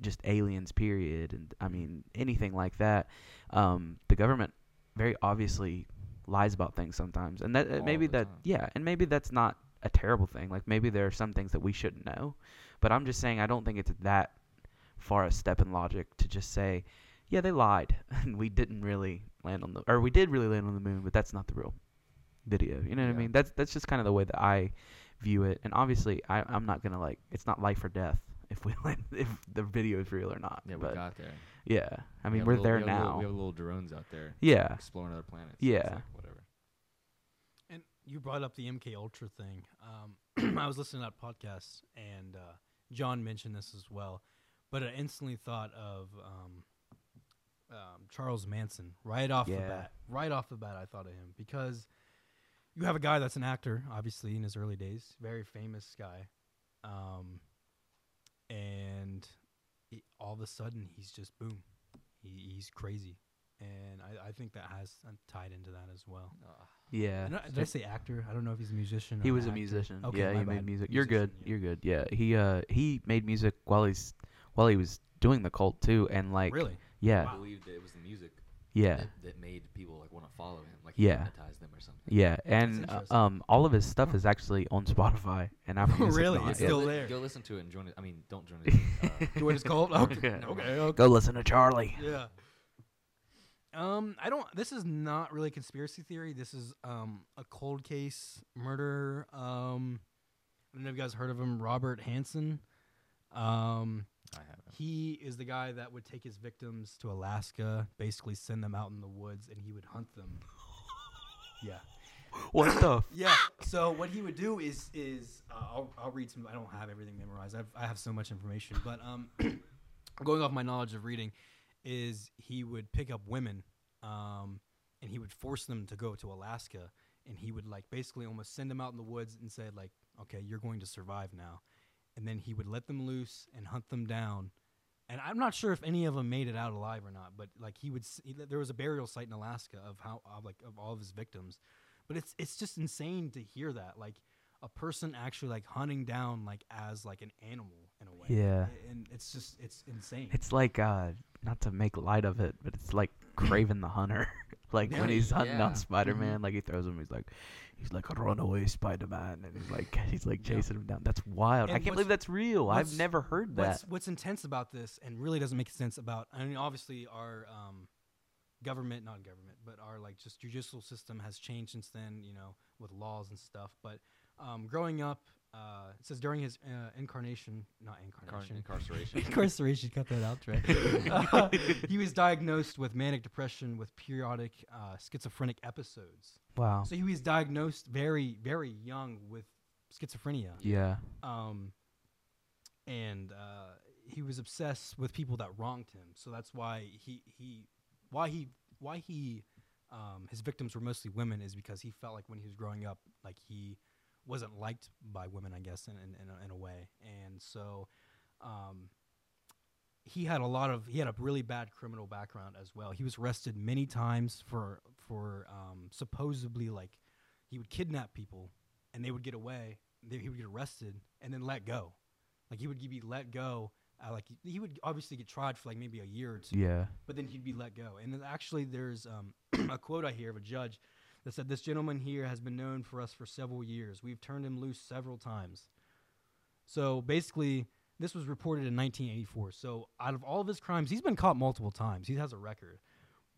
S2: just aliens, period, and I mean anything like that. Um, the government very obviously lies about things sometimes, and that uh,
S3: All
S2: maybe
S3: the
S2: that
S3: time.
S2: yeah, and maybe that's not a terrible thing. Like maybe there are some things that we shouldn't know, but I'm just saying I don't think it's that far a step in logic to just say, yeah, they lied and we didn't really land on the or we did really land on the moon, but that's not the real video. You know what I
S3: Yeah.
S2: mean? That's that's just kind of the way that I view it. And obviously, I I'm not gonna like it's not life or death if we land if the video is real or not.
S3: yeah we
S2: but
S3: got there
S2: yeah, I
S3: We
S2: mean
S3: have
S2: we're
S3: little-
S2: there
S3: we have little-
S2: now.
S3: we have little drones out there
S2: yeah,
S3: exploring other planets so it's
S2: Yeah.
S3: like, whatever
S4: And you brought up the MK Ultra thing. Um, I was listening to that podcast, and uh, John mentioned this as well. But I instantly thought of um, um, Charles Manson right off the
S2: Yeah.
S4: bat. Right off the bat, I thought of him because you have a guy that's an actor, obviously in his early days, very famous guy, um, and he, all of a sudden he's just boom, he, he's crazy, and I, I think that has uh, tied into that as well.
S2: Yeah.
S4: I don't- did I say actor? I don't know if he's a musician. Or
S2: He
S4: an
S2: was a
S4: actor.
S2: musician.
S4: Okay,
S2: yeah,
S4: my
S2: he made
S4: bad.
S2: music. You're good.
S4: Musician, yeah.
S2: You're good. Yeah. He uh he made music while he's while he was doing the cult too and like
S4: Really?
S2: Yeah.
S4: Wow.
S5: believed that it was the music
S2: Yeah.
S5: that, that made people like want to follow him, like he
S2: Yeah.
S5: hypnotized them or something.
S2: Yeah, and uh,
S4: interesting.
S2: um, all of his stuff is actually on Spotify and Apple Music.
S4: Really?
S2: Not.
S4: It's
S2: Yeah.
S5: Go
S4: still
S5: li-
S4: there.
S5: Go listen to it and join it. I mean, don't join it. Uh,
S4: Join his cult? Okay.
S2: Yeah.
S4: Okay. okay.
S2: Go listen to Charlie.
S4: Yeah. Um, I don't. This is not really conspiracy theory. This is um a cold case murder. Um, I don't know if you guys heard of him, Robert Hansen. Um,
S5: I haven't.
S4: he is the guy that would take his victims to Alaska, basically send them out in the woods, and he would hunt them. Yeah.
S2: What the? F-
S4: Yeah. So what he would do is is uh, I'll, I'll read some. I don't have everything memorized. I've, I have so much information, but um, going off my knowledge of reading, is he would pick up women, um, and he would force them to go to Alaska, and he would like basically almost send them out in the woods and say like, okay, you're going to survive now, and then he would let them loose and hunt them down. And I'm not sure if any of them made it out alive or not, but like he would, s- he, there was a burial site in Alaska of how of like of all of his victims, but it's it's just insane to hear that like a person actually like hunting down like as like an animal in a way
S2: Yeah.
S4: A- and it's just it's insane
S2: It's like uh, not to make light of it, but it's like Craven the Hunter. like when he's hunting
S3: Yeah.
S2: down Spider Man,
S4: Mm-hmm.
S2: like he throws him. He's like, he's like a runaway Spider Man, and he's like he's like
S4: Yeah.
S2: chasing him down. That's wild. I
S4: And
S2: can't believe
S4: what's-
S2: that's real. I've
S4: what's-
S2: never heard that.
S4: what's what's intense about this and really doesn't make sense about I mean obviously our um, government not government but our like just judicial system has changed since then you know with laws and stuff but um, growing up uh, it says during his uh, incarnation not
S3: Car-
S4: incarnation
S3: incarceration.
S4: incarceration cut that out right Uh, he was diagnosed with manic depression with periodic uh, schizophrenic episodes
S2: Wow.
S4: so he was diagnosed very very young with schizophrenia
S2: Yeah.
S4: um, and uh, he was obsessed with people that wronged him. So that's why he he why he why he um, his victims were mostly women is because he felt like when he was growing up, like he wasn't liked by women, I guess, in in, in, a, in a way. And so um, he had a lot of he had a really bad criminal background as well. He was arrested many times for for um, supposedly like he would kidnap people and they would get away. Then he would get arrested and then let go. Like he would be let go. Uh, like he, he would obviously get tried for like maybe a year or two
S2: Yeah.
S4: but then he'd be let go. And then actually, there's um, a quote I hear of a judge that said, "This gentleman here has been known for us for several years. We've turned him loose several times." So basically, this was reported in 1984. So out of all of his crimes, he's been caught multiple times. He has a record,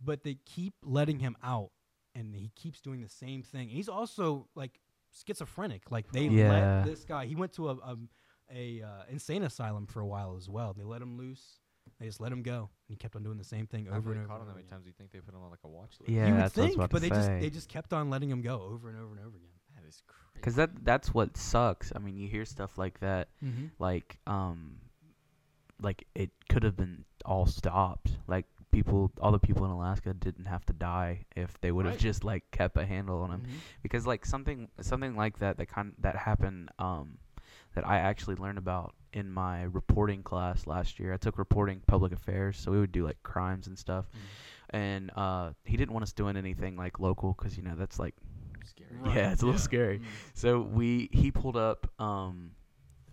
S4: but they keep letting him out, and he keeps doing the same thing. And he's also like schizophrenic. Like they
S2: Yeah.
S4: let this guy. He went to a, a, a uh, insane asylum for a while as well. They let him loose. They just let him go, and he kept on doing the same thing
S3: After
S4: over
S3: they
S4: and over.
S3: caught him
S4: and
S3: that
S4: over
S3: many
S4: again.
S3: times, you think they put him on like a watch list?
S2: Yeah.
S4: you would
S2: that's what I was
S4: think,
S2: about to
S4: but they just
S2: say.
S4: they just kept on letting him go over and over and over again.
S3: That is crazy.
S2: Because that that's what sucks. I mean, you hear stuff like that,
S4: Mm-hmm.
S2: like um, like it could have been all stopped. Like people, all the people in Alaska didn't have to die if they would have
S4: Right.
S2: just like kept a handle on them.
S3: Mm-hmm.
S2: Because like something something like that that kind that happened um, that I actually learned about in my reporting class last year. I took reporting public affairs, so we would do like crimes and stuff. And uh, he didn't want us doing anything like local because you know that's like
S5: Scary.
S2: yeah, it's a little scary. So we he pulled up um,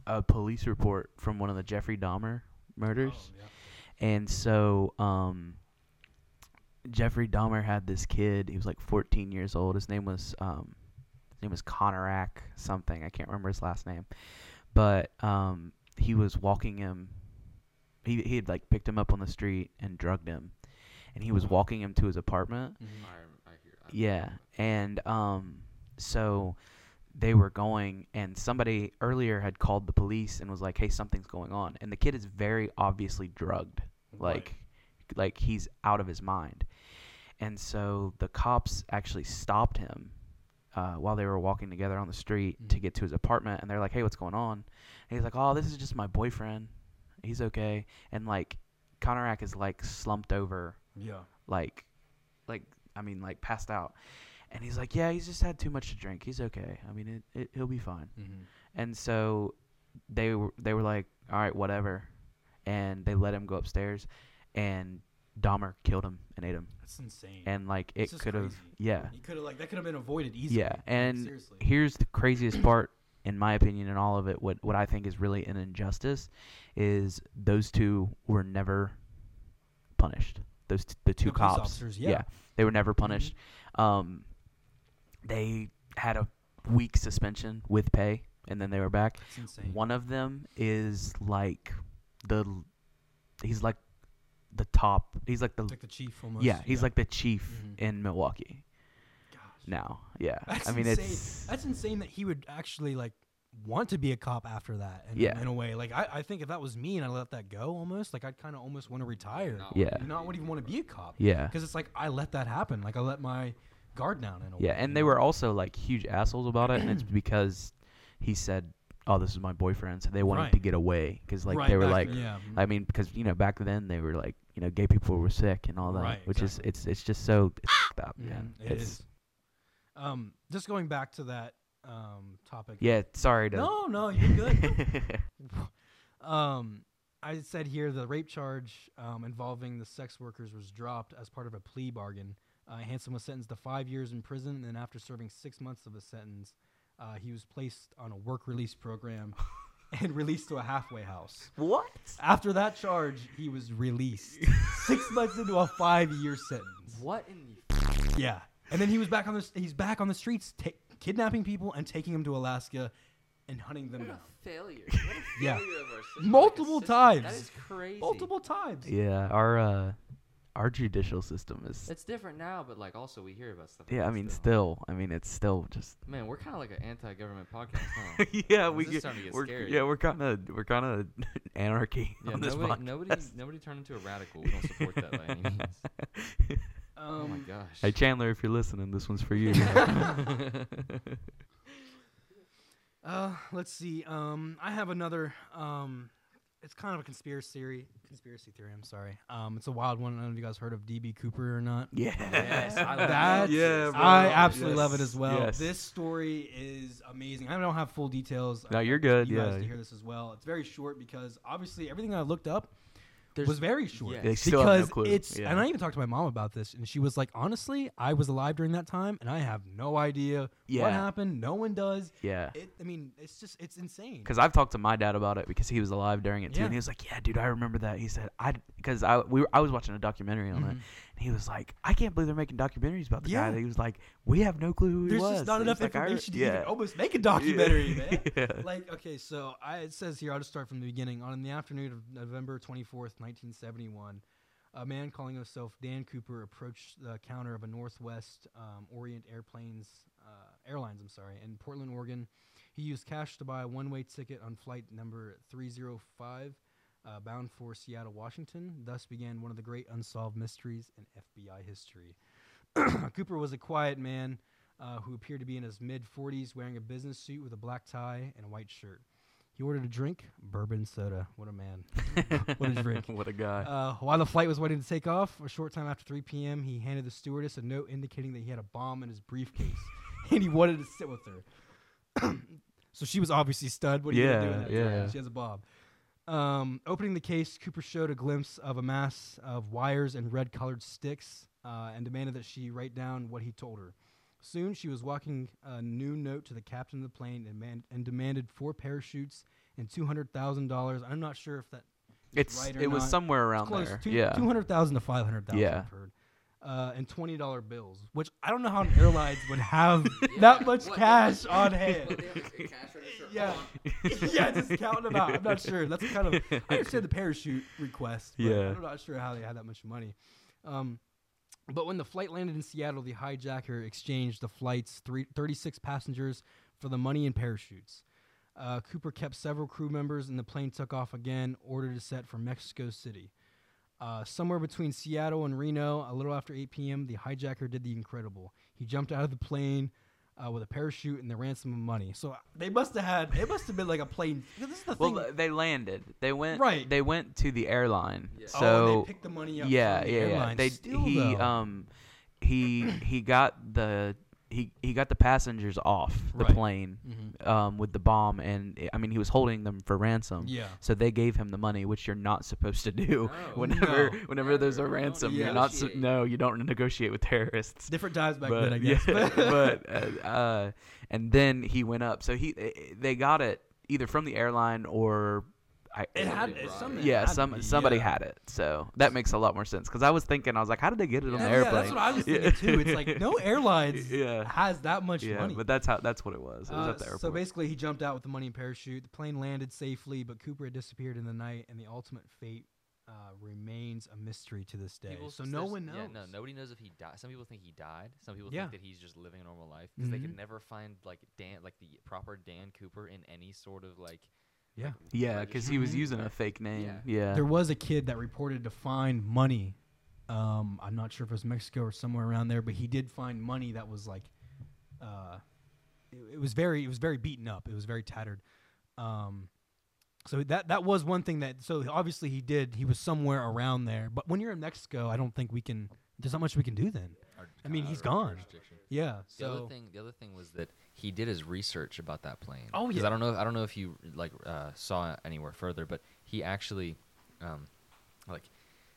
S2: a police report from one of the Jeffrey Dahmer murders, and so um, Jeffrey Dahmer had this kid. He was like 14 years old. His name was um, his name was Conorak something. I can't remember his last name, but um, he was walking him. He he had like picked him up on the street and drugged him, and he was walking him to his apartment.
S5: Mm-hmm. I, rem- I hear. I
S2: Yeah, and um, so they were going, and somebody earlier had called the police and was like, "Hey, something's going on," and the kid is very obviously drugged, like, like he's out of his mind, and so the cops actually stopped him. Uh, while they were walking together on the street to get to his apartment, and they're like, "Hey, what's going on?" And he's like, "Oh, this is just my boyfriend. He's okay." And like, Conorak is like slumped over
S4: Yeah.
S2: like like I mean like passed out. And he's like, yeah, he's just had too much to drink. He's okay. I mean, it, it he'll be fine.
S3: Mm-hmm.
S2: And so they were they were like, all right, whatever. And they let him go upstairs, and Dahmer killed him and ate him.
S4: That's insane.
S2: And like
S4: This
S2: it
S4: is
S2: could have,
S4: crazy.
S2: yeah,
S4: you could have like that could have been avoided easily.
S2: yeah.
S4: Like,
S2: And
S4: seriously,
S2: here's the craziest part, in my opinion, in all of it. What what I think is really an injustice is those two were never punished. Those t- the two
S4: The police
S2: cops,
S4: officers, yeah. Mm-hmm.
S2: they were never punished. Um, they had a week suspension with pay, and then they were back.
S4: that's insane.
S2: One of them is like the l- he's like the top. He's like the
S4: like the chief almost.
S2: yeah, he's like the chief
S4: Mhm.
S2: in Milwaukee
S4: Gosh.
S2: now. Yeah.
S4: That's
S2: I mean
S4: insane.
S2: it's
S4: That's insane that he would actually like want to be a cop after that. And
S2: Yeah.
S4: in a way, like I, I think if that was me and I let that go, almost like I'd kind of almost want to retire.
S5: Not
S2: Yeah.
S5: wanting to
S4: Not
S5: be
S4: would even want to be a cop.
S2: yeah.
S4: Because it's like I let that happen. Like I let my guard down in a
S2: Yeah,
S4: way.
S2: and
S4: you
S2: they
S4: know?
S2: were also like huge assholes about it and it's because he said, "Oh, this is my boyfriend." So they wanted
S4: Right.
S2: to get away cuz like
S4: Right
S2: they were
S4: back
S2: like
S4: then, yeah.
S2: I mean because you know back then they were like, you know, gay people were sick and all that,
S4: Right,
S2: which is it's it's just so it's fucked up,
S4: Mhm,
S2: man.
S4: it is. Um, just going back to that um topic.
S2: Yeah, sorry to
S4: No, no, you're good. Um, I said here the rape charge um, involving the sex workers was dropped as part of a plea bargain. Uh, Hanson was sentenced to five years in prison, and then after serving six months of his sentence, uh, he was placed on a work release program and released to a halfway house.
S2: what?
S4: After that charge, he was released six months into a five-year sentence.
S5: What in the? F-
S4: Yeah, and then he was back on the s- he's back on the streets, ta- kidnapping people and taking them to Alaska and hunting them down
S5: failure. What a
S4: Yeah.
S5: failure of our system.
S4: Multiple
S5: Like a system. That
S4: times.
S5: is crazy.
S4: multiple times.
S2: Yeah, our uh our judicial system is
S5: It's different now, but like also we hear about stuff. like
S2: Yeah, I
S5: this
S2: mean,
S5: still.
S2: still, I mean, it's still just.
S5: Man, we're kind of like an anti-government podcast, huh?
S2: yeah,
S5: This
S2: we
S5: is
S2: get,
S5: starting to get
S2: we're,
S5: scary.
S2: yeah, we're kind of we're kind of anarchy
S5: Yeah,
S2: on this
S5: nobody,
S2: podcast.
S5: nobody, nobody turned into a radical. We don't support that by any means.
S4: Um,
S5: oh my gosh.
S2: Hey Chandler, if you're listening, this one's for you.
S4: Uh, let's see. Um, I have another. Um, it's kind of a conspiracy theory. Conspiracy theory. I'm sorry. Um, it's a wild one. I don't know if you guys heard of DB Cooper or not.
S2: yeah.
S5: I love
S4: That's-
S5: this.
S2: bro.
S4: I absolutely love it as
S2: Yes,
S4: well.
S2: yes.
S4: This story is amazing. I don't have full details.
S2: No,
S4: I'd
S2: you're
S4: like
S2: good,
S4: You guys
S2: yeah.
S4: to hear this as well. It's very short because obviously everything I looked up
S3: There's-
S4: was very short.
S5: yeah.
S2: They still have no
S4: Because
S2: clue.
S4: it's
S2: yeah.
S4: and I even talked to my mom about this, and she was like, honestly, I was alive during that time, and I have no idea
S2: Yeah.
S4: what happened. No one does.
S2: yeah.
S4: It. I mean, it's just it's insane.
S2: Because I've talked to my dad about it because he was alive during it too,
S4: Yeah.
S2: and he was like, "Yeah, dude, I remember that." He said, "I," because I we were, I was watching a documentary on it, and he was like, "I can't believe they're making documentaries about the
S4: Mm-hmm. Yeah.
S2: guy." He was like, "We have no clue who he
S4: There's
S2: was."
S4: just not
S2: He's
S4: enough
S2: like, "I re-
S4: information to
S2: yeah.
S4: even almost make a documentary, man.
S2: Yeah.
S4: Like, okay, so I, it says here, I'll just start from the beginning. On the afternoon of November 24th, 1971, a man calling himself Dan Cooper approached the counter of a Northwest um, Orient Airplanes uh, Airlines, I'm sorry, in Portland, Oregon. He used cash to buy a one-way ticket on flight number 305, uh, bound for Seattle, Washington. Thus began one of the great unsolved mysteries in FBI history. Uh, Cooper was a quiet man uh, who appeared to be in his mid 40s, wearing a business suit with a black tie and a white shirt. He ordered a drink, bourbon soda. What a man. what a drink.
S2: what a guy.
S4: Uh, while the flight was waiting to take off, a short time after 3 p.m., he handed the stewardess a note indicating that he had a bomb in his briefcase and he wanted to sit with her. so she was obviously stud. What are you
S2: Yeah,
S4: going to do? with that?
S2: yeah.
S4: She has a bomb. Um, opening the case, Cooper showed a glimpse of a mass of wires and red colored sticks uh, and demanded that she write down what he told her. Soon, she was walking a new note to the captain of the plane and, man- and demanded four parachutes and $200,000. I'm not sure if that
S2: it's
S4: right or
S2: it was
S4: not.
S2: somewhere
S4: it's
S2: around
S4: close,
S2: there.
S4: Two,
S2: yeah.
S4: two hundred thousand to five hundred thousand.
S2: Yeah.
S4: I've heard. Uh, and twenty dollar bills, which I don't know how an airlines would have that much cash on hand. yeah, yeah, just counting them out. I'm not sure. That's kind of I understand the parachute request. But
S2: Yeah.
S4: I'm not sure how they had that much money. Um, but when the flight landed in Seattle, the hijacker exchanged the flight's three, 36 passengers for the money and parachutes. Uh, Cooper kept several crew members, and the plane took off again, ordered to set for Mexico City. Uh, somewhere between Seattle and Reno, a little after 8 p.m., the hijacker did the incredible. He jumped out of the plane uh, with a parachute and the ransom of money. So uh, they must have had. It must have been like a plane. This is the
S2: Well, uh,
S4: thing.
S2: th- they landed. They went.
S4: Right.
S2: They went to the airline.
S4: Oh,
S2: So
S4: they picked the money up.
S2: yeah, um,
S4: from the
S2: yeah, yeah.
S4: airline.
S2: They
S4: Still,
S2: he
S4: though.
S2: um he he got the he he got the passengers off the
S3: Right.
S2: plane
S4: Mm-hmm.
S2: um, with the bomb, and I mean he was holding them for ransom.
S4: Yeah.
S2: So they gave him the money, which you're not supposed to do
S5: No.
S2: whenever
S4: No.
S2: whenever there's a
S5: Oh, Never. Don't
S2: ransom. You're not su-
S5: negotiate.
S2: no, you don't negotiate with terrorists.
S4: Different times back
S2: but,
S4: then, I guess.
S2: yeah, but uh, uh, and then he went up. So he eh, they got it either from the airline or I,
S4: it had
S5: Somebody brought
S4: something.
S5: it.
S2: yeah,
S4: had to
S2: some
S4: be,
S2: somebody
S4: yeah.
S2: had it, so that makes a lot more sense. Because I was thinking, I was like, how did they get it on the
S4: Yeah,
S2: airplane?
S4: that's what I was thinking too. It's like no airlines
S2: Yeah.
S4: has that much
S2: yeah,
S4: money.
S2: but that's how that's what it was. It was
S4: Uh,
S2: at the airport.
S4: so basically, he jumped out with the money and parachute. The plane landed safely, but Cooper had disappeared in the night, and the ultimate fate uh, remains a mystery to this day.
S3: People-
S4: so
S3: s-
S4: no
S3: there's-
S4: one knows.
S3: Yeah, no, nobody knows if he died. Some people think he died. Some people
S4: Yeah.
S3: think that he's just living a normal life because they
S4: Mhm.
S3: could never find like Dan, like the proper Dan Cooper in any sort of like.
S4: Yeah.
S2: yeah, because he was using a fake name. Yeah,
S4: There was a kid that reported to find money. Um, I'm not sure if it was Mexico or somewhere around there, but he did find money that was like, uh, it, it was very, it was very beaten up. It was very tattered. Um, so that that was one thing that. So obviously he did. He was somewhere around there. But when you're in Mexico, I don't think we can. There's not much we can do then. I mean, he's gone. Yeah.
S3: The
S4: So
S3: other thing, the other thing was that he did his research about that plane.
S4: Oh,
S3: 'Cause
S4: yeah.
S3: I don't know. I don't know if you like uh, saw it anywhere further, but he actually, um, like,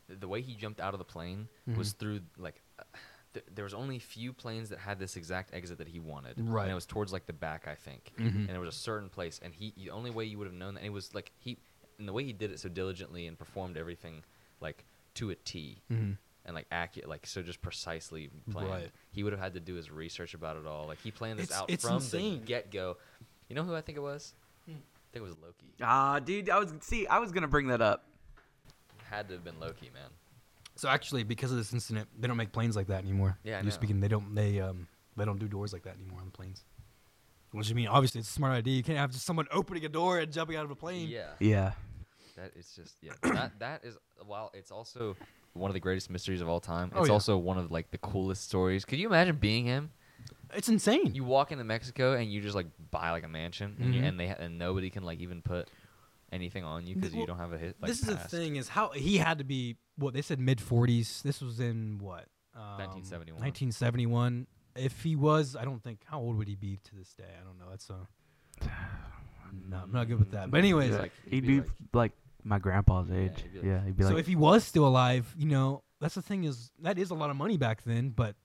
S3: th- the way he jumped out of the plane
S4: Mm-hmm.
S3: was through like. Uh, th- there was only few planes that had this exact exit that he wanted,
S4: Right. Mm-hmm.
S3: And it was towards like the back, I think. And there was a certain place, and he the only way you would have known that, and it was like he, and the way he did it so diligently and performed everything like to a T,
S4: Mm-hmm.
S3: and like accurate, like so just precisely planned.
S4: Right.
S3: He would have had to do his research about it all. Like he planned this
S4: It's-
S3: out
S4: it's
S3: from
S4: insane.
S3: the get go. You know who I think it was? I think it was Loki.
S2: ah, dude, I was see, I was gonna bring that up.
S3: Had to have been Loki, man.
S4: So actually, because of this incident, they don't make planes like that anymore.
S3: Yeah, I
S4: you're
S3: know.
S4: speaking. They don't. They um. They don't do doors like that anymore on planes. Which I mean, obviously, it's a smart idea. You can't have just someone opening a door and jumping out of a plane.
S3: Yeah,
S2: Yeah,
S3: that is just yeah. That that is while it's also one of the greatest mysteries of all time. It's
S4: Oh, yeah.
S3: also one of like the coolest stories. Could you imagine being him?
S4: It's insane.
S3: You walk into Mexico and you just like buy like a mansion, and, you,
S4: Mhm.
S3: and they ha- and nobody can like even put anything on you because
S4: Well,
S3: you don't have a hit. Like,
S4: this is the
S3: past.
S4: thing: is how he had to be. What they said, mid forties. This was in what? Um,
S3: 1971.
S4: 1971. If he was, I don't think. How old would he be to this day? I don't know. That's uh. No, I'm not good with that. But anyways,
S2: Yeah.
S5: like-
S2: he'd, be, like, my grandpa's age. Yeah,
S5: he'd
S2: he'd
S5: be
S2: be
S5: like-
S2: like,
S4: so if he was still alive, you know, that's the thing is that is a lot of money back then, but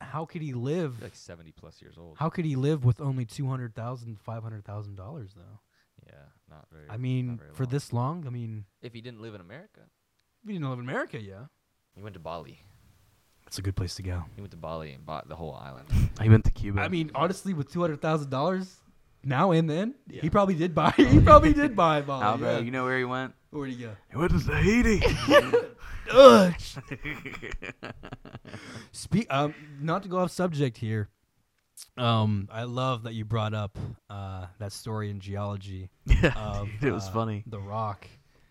S4: how could he live?
S3: He's, like seventy plus years old.
S4: How could he live with only two hundred thousand, five hundred thousand dollars though?
S3: Yeah, not very.
S4: I
S3: not
S4: mean,
S3: very
S4: for
S3: long.
S4: this long, I mean,
S3: if he didn't live in America,
S4: we didn't live in America, yeah.
S3: he went to Bali.
S4: That's a good place to go.
S3: He went to Bali and bought the whole island.
S2: he went to Cuba.
S4: I mean, honestly, with two hundred thousand dollars now and then, he probably did buy. He probably did buy. Bali,
S2: oh, bro,
S4: yeah.
S2: you know where he went?
S4: Where'd he go?
S2: He went to Tahiti.
S4: Ugh. Speak. Um, not to go off subject here. Um, I love that you brought up uh, that story in geology.
S2: yeah,
S4: Of,
S2: dude, it was
S4: uh,
S2: funny.
S4: The Rock.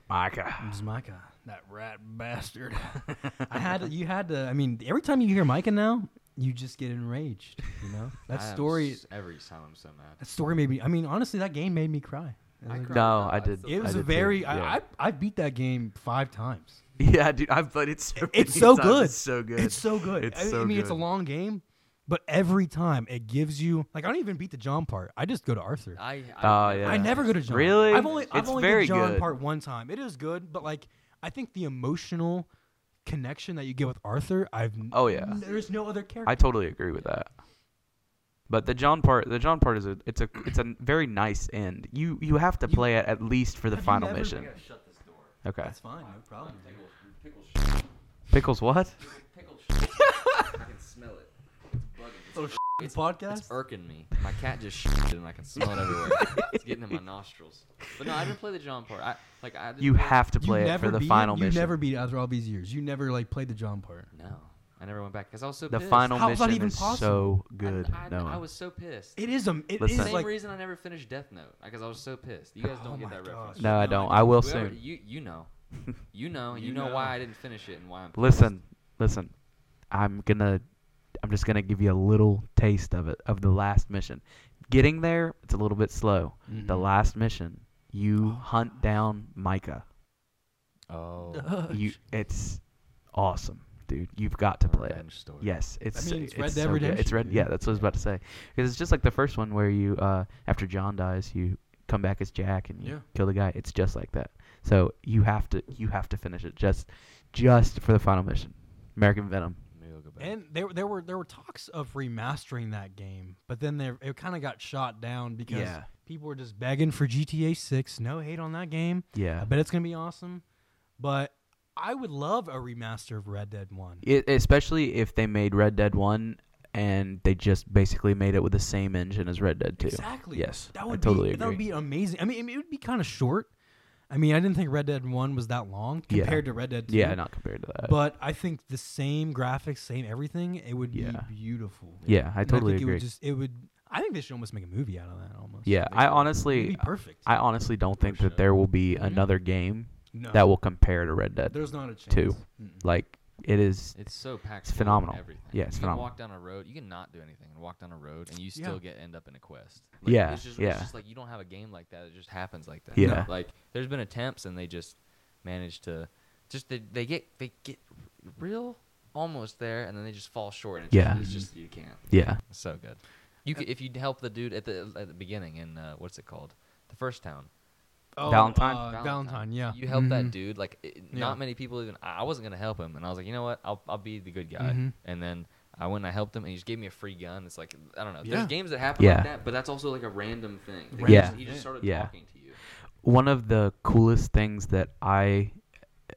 S2: Micah.
S4: It was Micah, that rat bastard. I had to, you had to. I mean, every time you hear Micah now, you just get enraged. You know that
S5: I am
S4: story.
S5: s- every time I'm so mad.
S4: That story made me. I mean, honestly, that game made me cry. It was,
S5: I
S4: like-
S5: cried.
S2: No,
S5: I
S2: I did.
S5: still-
S4: it was
S2: I
S4: a
S2: did too,
S4: very.
S2: yeah.
S4: I, I I beat that game five times.
S2: Yeah, dude, I've played it so
S4: It's
S2: many
S4: so
S2: times.
S4: good.
S2: It's so good.
S4: It's so good.
S2: It's
S4: I, I
S2: so
S4: mean, it's a
S2: good.
S4: long game, but every time it gives you like I don't even beat the John part. I just go to Arthur.
S3: I,
S2: Oh,
S3: never-
S2: yeah.
S4: I never go to John.
S2: Really?
S4: I've only I've
S2: It's
S4: only
S2: very
S4: did John
S2: good.
S4: part one time. It is good, but like I think the emotional connection that you get with Arthur, I've n-
S2: Oh, yeah.
S4: There's no other character.
S2: I totally agree with that. But the John part, the John part is a, it's a, it's a very nice end. You, you have to play it at least for the
S4: Have you
S2: final
S4: never-
S2: mission. Okay.
S4: That's fine, no problem.
S2: Pickles, what?
S5: I can smell it.
S4: It's podcast.
S5: It's irking me. My cat just shit and I can smell it everywhere. it's getting in my nostrils. But no, I didn't play the John part. I like I didn't
S2: You
S5: play-
S2: have to
S4: You
S2: play it
S4: never
S2: for the
S4: beat him?
S2: final
S4: You
S2: mission.
S4: never beat it after all these years. You never like played the John part.
S5: No, I never went back because I was so
S2: the
S5: pissed.
S2: final
S4: How is that
S2: mission
S4: even
S2: is
S4: possible?
S2: so
S5: I-
S2: good.
S5: I,
S2: no,
S5: I was so pissed.
S4: It is a. It is
S2: Listen.
S5: Same
S4: like.
S5: reason I never finished Death Note because I was so pissed. You guys
S4: Oh
S5: don't get
S4: my
S5: that
S4: gosh.
S5: reference.
S2: no, I
S4: No, I
S2: don't. Oh, I will
S5: Whoever-
S2: soon.
S5: You you know, you know, and you, know, why I didn't finish it and why I'm. pissed.
S2: Listen, listen. I'm gonna, I'm just gonna give you a little taste of it of the last mission. Getting there, it's a little bit slow. The
S4: Mm-hmm.
S2: last mission, you
S4: Oh.
S2: hunt down Micah.
S3: Oh,
S2: You, it's awesome, dude. You've got to play it.
S3: revenge story.
S2: Yes, it's
S4: mean, it's Red
S2: so
S4: Dead
S2: good. It's
S4: Redemption,
S2: red.
S4: dude.
S2: Yeah, that's what I was about to say. Because it's just like the first one where you, uh, after John dies, you come back as Jack and you
S4: Yeah.
S2: kill the guy. It's just like that. So you have to you have to finish it just just for the final mission. American Venom.
S3: Maybe I'll go back.
S4: And there, there were there were talks of remastering that game, but then there it kind of got shot down because
S2: Yeah.
S4: people were just begging for GTA Six. No hate on that game. I
S2: Yeah.
S4: bet it's gonna be awesome, but I would love a remaster of Red Dead One.
S2: It, e, especially if they made Red Dead One and they just basically made it with the same engine as Red Dead Two.
S4: Exactly.
S2: Yes, I
S4: That would
S2: totally
S4: be, That would
S2: agree.
S4: be amazing. I mean, I mean, it would be kind of short. I mean, I didn't think Red Dead One was that long
S2: Yeah.
S4: compared to Red Dead Two.
S2: Yeah, not compared to that.
S4: But I think the same graphics, same everything, it would
S2: Yeah.
S4: be beautiful.
S2: yeah, I
S4: And
S2: totally
S4: think It
S2: agree.
S4: would just it would. I think they should almost make a movie out of that. Almost.
S2: yeah, I honestly,
S4: It'd be perfect. Mm-hmm.
S2: I honestly don't think that there will be another game
S4: no,
S2: that will compare to Red Dead.
S4: there's not a chance.
S2: two. Like it is,
S5: It's so packed.
S2: it's
S5: full of
S2: phenomenal.
S5: Everything.
S2: Yeah, it's
S5: you
S2: phenomenal.
S5: Can walk down a road. You can not do anything and walk down a road, and you still get end up in a quest. Like,
S2: Yeah,
S5: it's just,
S2: yeah.
S5: It's just like you don't have a game like that. It just happens like that.
S2: Yeah.
S5: Like there's been attempts, and they just manage to, just they, they get they get real almost there, and then they just fall short. And it
S2: Yeah.
S5: Just, it's just you can't.
S2: Yeah,
S5: It's so good. You could, if you help the dude at the at the beginning in uh, what's it called, the first town.
S4: Oh,
S2: Valentine?
S4: uh, Valentine. Yeah.
S5: You help
S4: Mhm.
S5: that dude. Like, it,
S4: Yeah.
S5: not many people even. I I wasn't gonna help him, and I was like, you know what? I'll I'll be the good guy.
S4: Mhm.
S5: And then I went and I helped him, and he just gave me a free gun. It's like I don't know.
S4: Yeah.
S5: There's games that happen
S2: Yeah.
S5: like that, but that's also like a random thing. Like,
S2: Yeah.
S5: He just, he just started
S2: Yeah.
S5: talking to you.
S2: one of the coolest things that I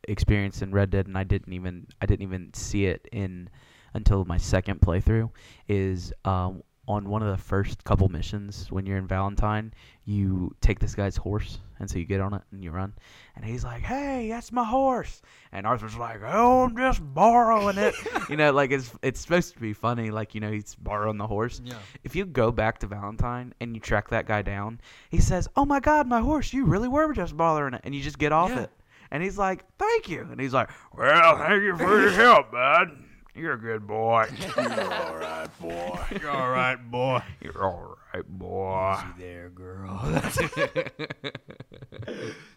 S2: experienced in Red Dead, and I didn't even I didn't even see it in until my second playthrough, is um, on one of the first couple missions when you're in Valentine, you take this guy's horse, and so you get on it and you run, and he's like, "Hey, that's my horse," and Arthur's like, "Oh, I'm just borrowing it," you know, like it's it's supposed to be funny, like you know he's borrowing the horse,
S4: Yeah.
S2: if you go back to Valentine and you track that guy down, he says, "Oh my God, my horse! You really were just bothering it," and you just get off
S4: Yeah.
S2: it. And he's like, "Thank you," and he's like, "Well, thank you for your help, bud. You're a good boy.
S1: All right, boy.
S4: You're all right, boy.
S2: You're all right, boy."
S4: Easy there, girl.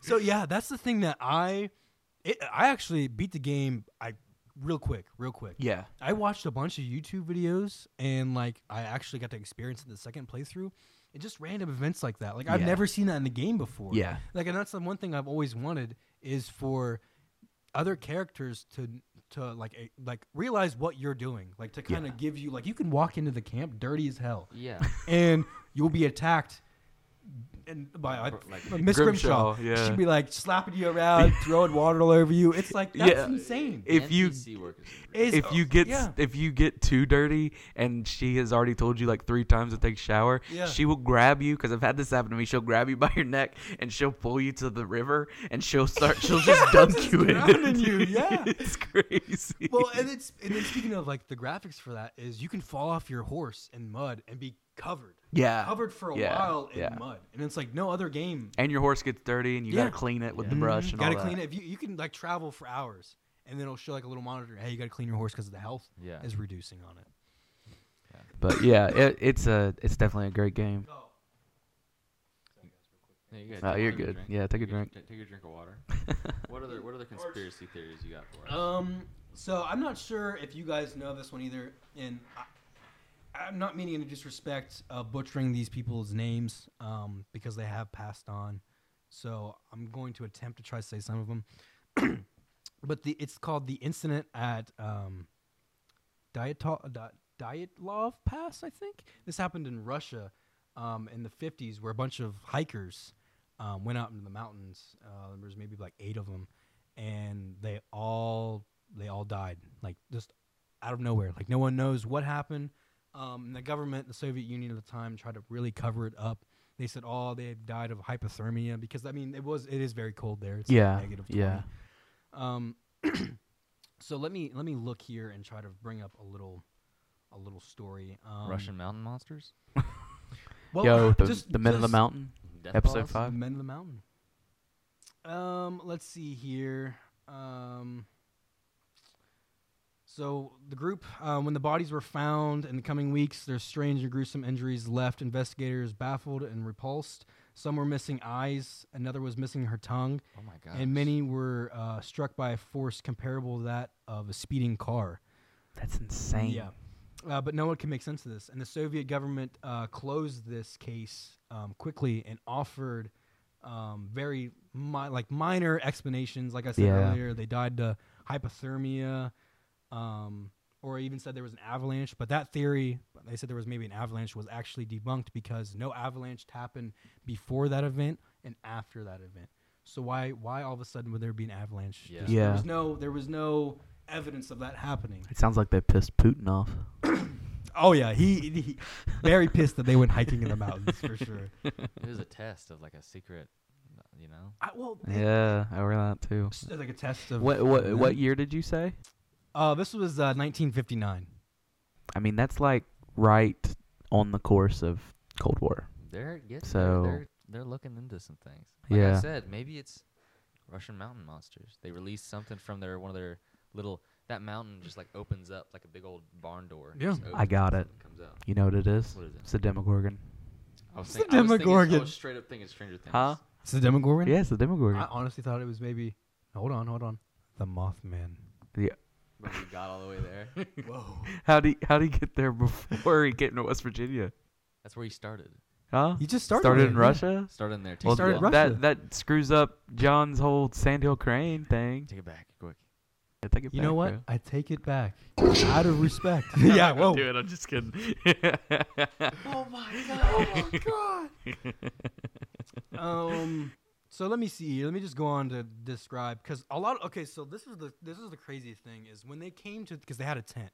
S4: so yeah, that's the thing that I, it, I actually beat the game. I real quick, real quick.
S2: Yeah,
S4: I watched a bunch of YouTube videos and like I actually got to experience it the second playthrough. And just random events like that. Like I've
S2: Yeah.
S4: never seen that in the game before.
S2: yeah,
S4: Like and that's the one thing I've always wanted is for other characters to to like eh, like realize what you're doing. Like to kind of give you like you can walk into the camp dirty as hell
S5: Yeah.
S4: and you'll be attacked and by uh, Miss Grimshaw.
S2: Grimshaw, yeah.
S4: She'd be like slapping you around, throwing water all over you. It's like that's
S2: Yeah.
S4: insane.
S2: If you
S5: NPC work is
S4: It's-
S2: if you get
S4: yeah.
S2: if you get too dirty and she has already told you like three times to take a shower,
S4: Yeah.
S2: she will grab you because I've had this happen to me. She'll grab you by your neck and she'll pull you to the river and she'll start she'll just dunk you in.
S4: drowning
S2: it,
S4: you,
S2: dude.
S4: yeah.
S2: it's crazy.
S4: Well, and it's and then speaking of like the graphics for that is you can fall off your horse in mud and be covered,
S2: yeah,
S4: covered for a
S2: yeah,
S4: while in
S2: yeah.
S4: mud, and it's like no other game.
S2: and your horse gets dirty and you
S4: Yeah.
S2: gotta clean it with the brush
S4: Mhm.
S2: and
S4: gotta
S2: all
S4: clean
S2: that.
S4: it. If you, you can like travel for hours, and then it'll show like a little monitor. Hey, you gotta clean your horse because the health
S5: Yeah.
S4: is reducing on it.
S2: But yeah, it, it's a it's definitely a great game.
S5: No, you
S2: Oh,
S5: gotta
S2: you're
S5: take a
S2: good.
S5: drink.
S2: Yeah, take a
S5: Take your-
S2: drink.
S5: ta- Take a drink of water. what other What other conspiracy theories you got for us?
S4: Um, so I'm not sure if you guys know this one either, and I, I'm not meaning to disrespect uh, butchering these people's names um, because they have passed on. So I'm going to attempt to try to say some of them, but the it's called the incident at um, Dietol, Di- Dyatlov Pass, I think. This happened in Russia um, in the 50s, where a bunch of hikers um, went out into the mountains. Uh, there was maybe like eight of them, and they all they all died, like just out of nowhere. Like no one knows what happened. Um, and the government, the Soviet Union at the time, tried to really cover it up. They said, "Oh, they had died of hypothermia because I mean, it was it is very cold there. It's like,
S2: Yeah,
S4: negative 20.
S2: yeah.
S4: Um, so let me let me look here and try to bring up a little a little story. Um,
S5: Russian mountain monsters.
S4: Well,
S2: Yo, the,
S4: just-
S2: the men of the
S4: just
S2: mountain,
S5: Death
S2: episode
S5: balls?
S4: the
S2: five.
S4: Men of the Mountain. Um, let's see here. Um, So the group, um, when the bodies were found in the coming weeks, their strange and gruesome injuries left investigators baffled and repulsed. Some were missing eyes, another was missing her tongue,
S5: Oh my god.
S4: and many were uh, struck by a force comparable to that of a speeding car.
S2: That's insane.
S4: Yeah. Uh, but no one can make sense of this. And the Soviet government uh, closed this case um, quickly and offered um, very mi- like minor explanations. Like I said
S2: Yeah.
S4: earlier, they died to hypothermia, um, or even said there was an avalanche. But that theory, they said there was maybe an avalanche, was actually debunked because no avalanche happened before that event and after that event. So why why all of a sudden would there be an avalanche?
S5: Yeah.
S4: There's-
S2: Yeah.
S4: There was no there was no evidence of that happening.
S2: It sounds like they pissed Putin off.
S4: Oh yeah, he, he very pissed that they went hiking in the mountains for sure.
S5: It was a test of like a secret, you know.
S4: I, well, they-
S2: Yeah, I read that too.
S4: it's like a test of
S2: What what what year did you say?
S4: Uh, this was uh, 1959.
S2: I mean, that's like right on the course of Cold War.
S5: They're yeah,
S2: So-
S5: they're, they're they're looking into some things. Like
S2: Yeah.
S5: I said, maybe it's Russian mountain monsters. They released something from their one of their little that mountain just like opens up like a big old barn door.
S4: Yeah.
S5: Just
S4: I
S5: opens and
S2: got it.
S5: something Comes out.
S2: You know what it is?
S5: What is it?
S2: It's a Demogorgon.
S5: I was,
S4: It's
S5: think,
S4: the
S5: I was thinking- I
S4: Demogorgon.
S5: was straight up thinking Stranger Things.
S2: Huh?
S4: It's the Demogorgon.
S2: Yeah, it's a Demogorgon.
S4: I honestly thought it was maybe. Hold on, hold on. The Mothman.
S5: But we got all the way there.
S4: Whoa.
S2: How do you, how do you get there before he get into West Virginia?
S5: That's where he started.
S2: Huh?
S4: He just started
S2: started
S4: there,
S2: in
S4: yeah.
S2: Russia.
S5: Started in there. Take
S2: Well,
S5: it
S4: started
S5: back.
S4: in Russia.
S2: that that screws up John's whole Sandhill Crane thing.
S5: Take it back quick.
S2: I take it
S4: You know
S2: back,
S4: what?
S2: bro.
S4: I take it back. Out of respect. yeah. Whoa.
S2: Do it. I'm just kidding.
S4: um so let me see let me just go on to describe because a lot okay so this is the this is the craziest thing is when they came to because they had a tent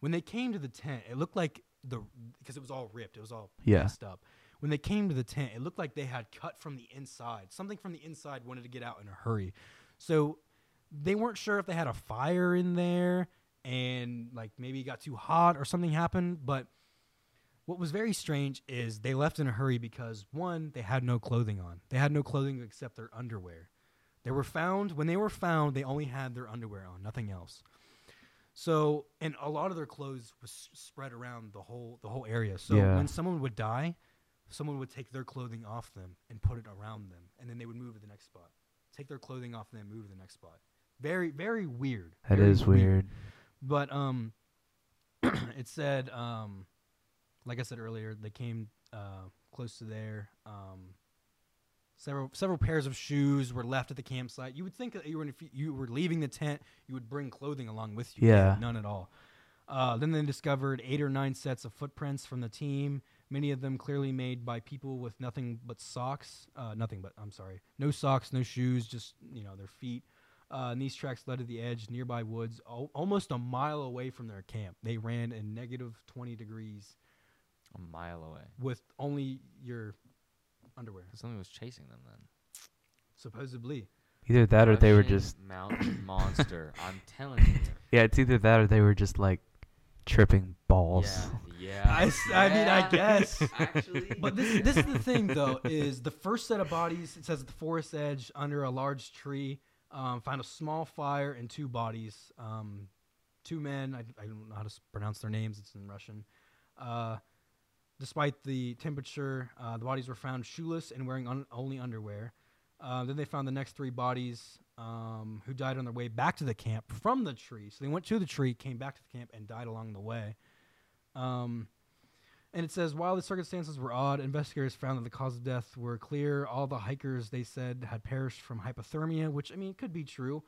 S4: when they came to the tent it looked like the because it was all ripped it was all
S2: Yeah.
S4: messed up when they came to the tent it looked like they had cut from the inside something from the inside wanted to get out in a hurry so they weren't sure if they had a fire in there and like maybe it got too hot or something happened but what was very strange is they left in a hurry because one, they had no clothing on. They had no clothing except their underwear. They were found when they were found, they only had their underwear on, nothing else. So, and a lot of their clothes was s- spread around the whole the whole area. So
S2: Yeah.
S4: when someone would die, someone would take their clothing off them and put it around them, and then they would move to the next spot. Take their clothing off them, move to the next spot. Very very weird.
S2: that
S4: Very
S2: is weird.
S4: but um, it said um, like I said earlier, they came uh, close to there. Um, several several pairs of shoes were left at the campsite. You would think that you were if you were leaving the tent, you would bring clothing along with you. They had
S2: Yeah.
S4: none at all. Uh, then they discovered eight or nine sets of footprints from the team. Many of them clearly made by people with nothing but socks. Uh, nothing but I'm sorry, no socks, no shoes, just you know their feet. Uh, and these tracks led to the edge nearby woods, al- almost a mile away from their camp. They ran in negative 20 degrees
S5: A mile away.
S4: with only your underwear,
S5: 'Cause Something was chasing them then.
S4: supposedly.
S2: Either that
S5: Oh,
S2: or they were
S5: Russian
S2: just
S5: mountain monster. I'm telling you.
S2: yeah. It's either that or they were just like tripping balls.
S5: Yeah.
S4: I, s- I mean, I guess.
S5: Actually,
S4: But this, this is the thing, though, is the first set of bodies, it says at the forest edge under a large tree, um, found a small fire and two bodies. Um, two men, I, I don't know how to s- pronounce their names, it's in Russian. Uh, despite the temperature, uh, the bodies were found shoeless and wearing un- only underwear. Uh, then they found the next three bodies um, who died on their way back to the camp from the tree. So they went to the tree, came back to the camp, and died along the way. Um, and it says while the circumstances were odd, investigators found that the cause of death were clear. All the hikers they said had perished from hypothermia, which I mean could be true,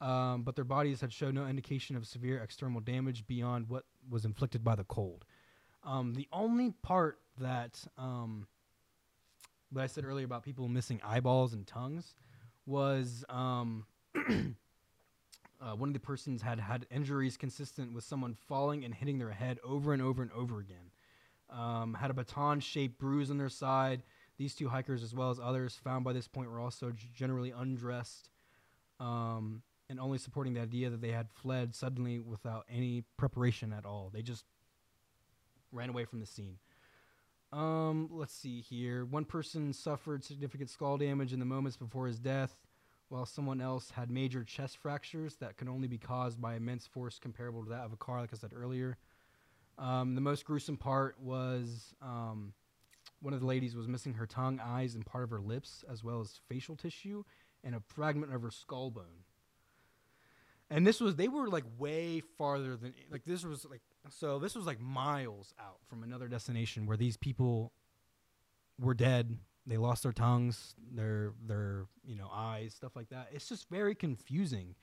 S4: um, but their bodies had shown no indication of severe external damage beyond what was inflicted by the cold. Um, the only part that um, that I said earlier about people missing eyeballs and tongues was um, uh, one of the persons had had injuries consistent with someone falling and hitting their head over and over and over again um, had a baton shaped bruise on their side. These two hikers, as well as others found by this point, were also g- generally undressed um, and only supporting the idea that they had fled suddenly without any preparation at all. They just ran away from the scene. Um, let's see here. One person suffered significant skull damage in the moments before his death. while someone else had major chest fractures that could only be caused by immense force comparable to that of a car, like I said earlier. Um, the most gruesome part was um, one of the ladies was missing her tongue, eyes, and part of her lips, as well as facial tissue and a fragment of her skull bone. And this was they were like way farther than like this was like so this was like miles out from another destination where these people were dead. They lost their tongues, their their you know eyes, stuff like that. It's just very confusing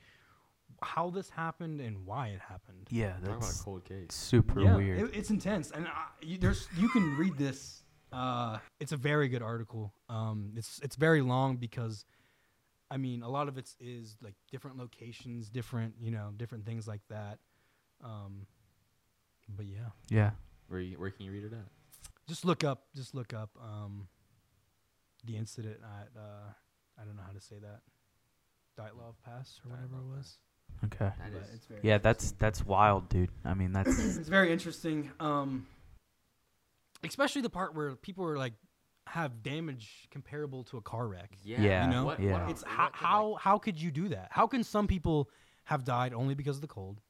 S4: how this happened and why it happened.
S2: Yeah,
S5: Talk about
S2: that's
S5: a cold case.
S2: super weird.
S4: It, it's intense, and I, you, there's you can read this. Uh, it's a very good article. Um, it's it's very long because, I mean, a lot of it is like different locations, different you know, different things like that. Um, but yeah,
S2: yeah.
S5: Where, you, where can you read it at?
S4: just look up, just look up um, the incident at uh, I don't know how to say that, Dyatlov Pass or whatever it
S5: Dyatlov
S4: was.
S2: Okay.
S5: That
S4: But
S5: is-
S4: it's very
S2: Yeah, that's that's wild, dude. I mean, that's
S4: it's very interesting. Um, especially the part where people are like have damage comparable to a car wreck.
S5: yeah,
S2: Yeah,
S4: you know,
S5: what,
S2: yeah.
S5: What,
S4: It's
S5: what
S4: how
S5: could, like-
S4: how, how could you do that? How can some people have died only because of the cold?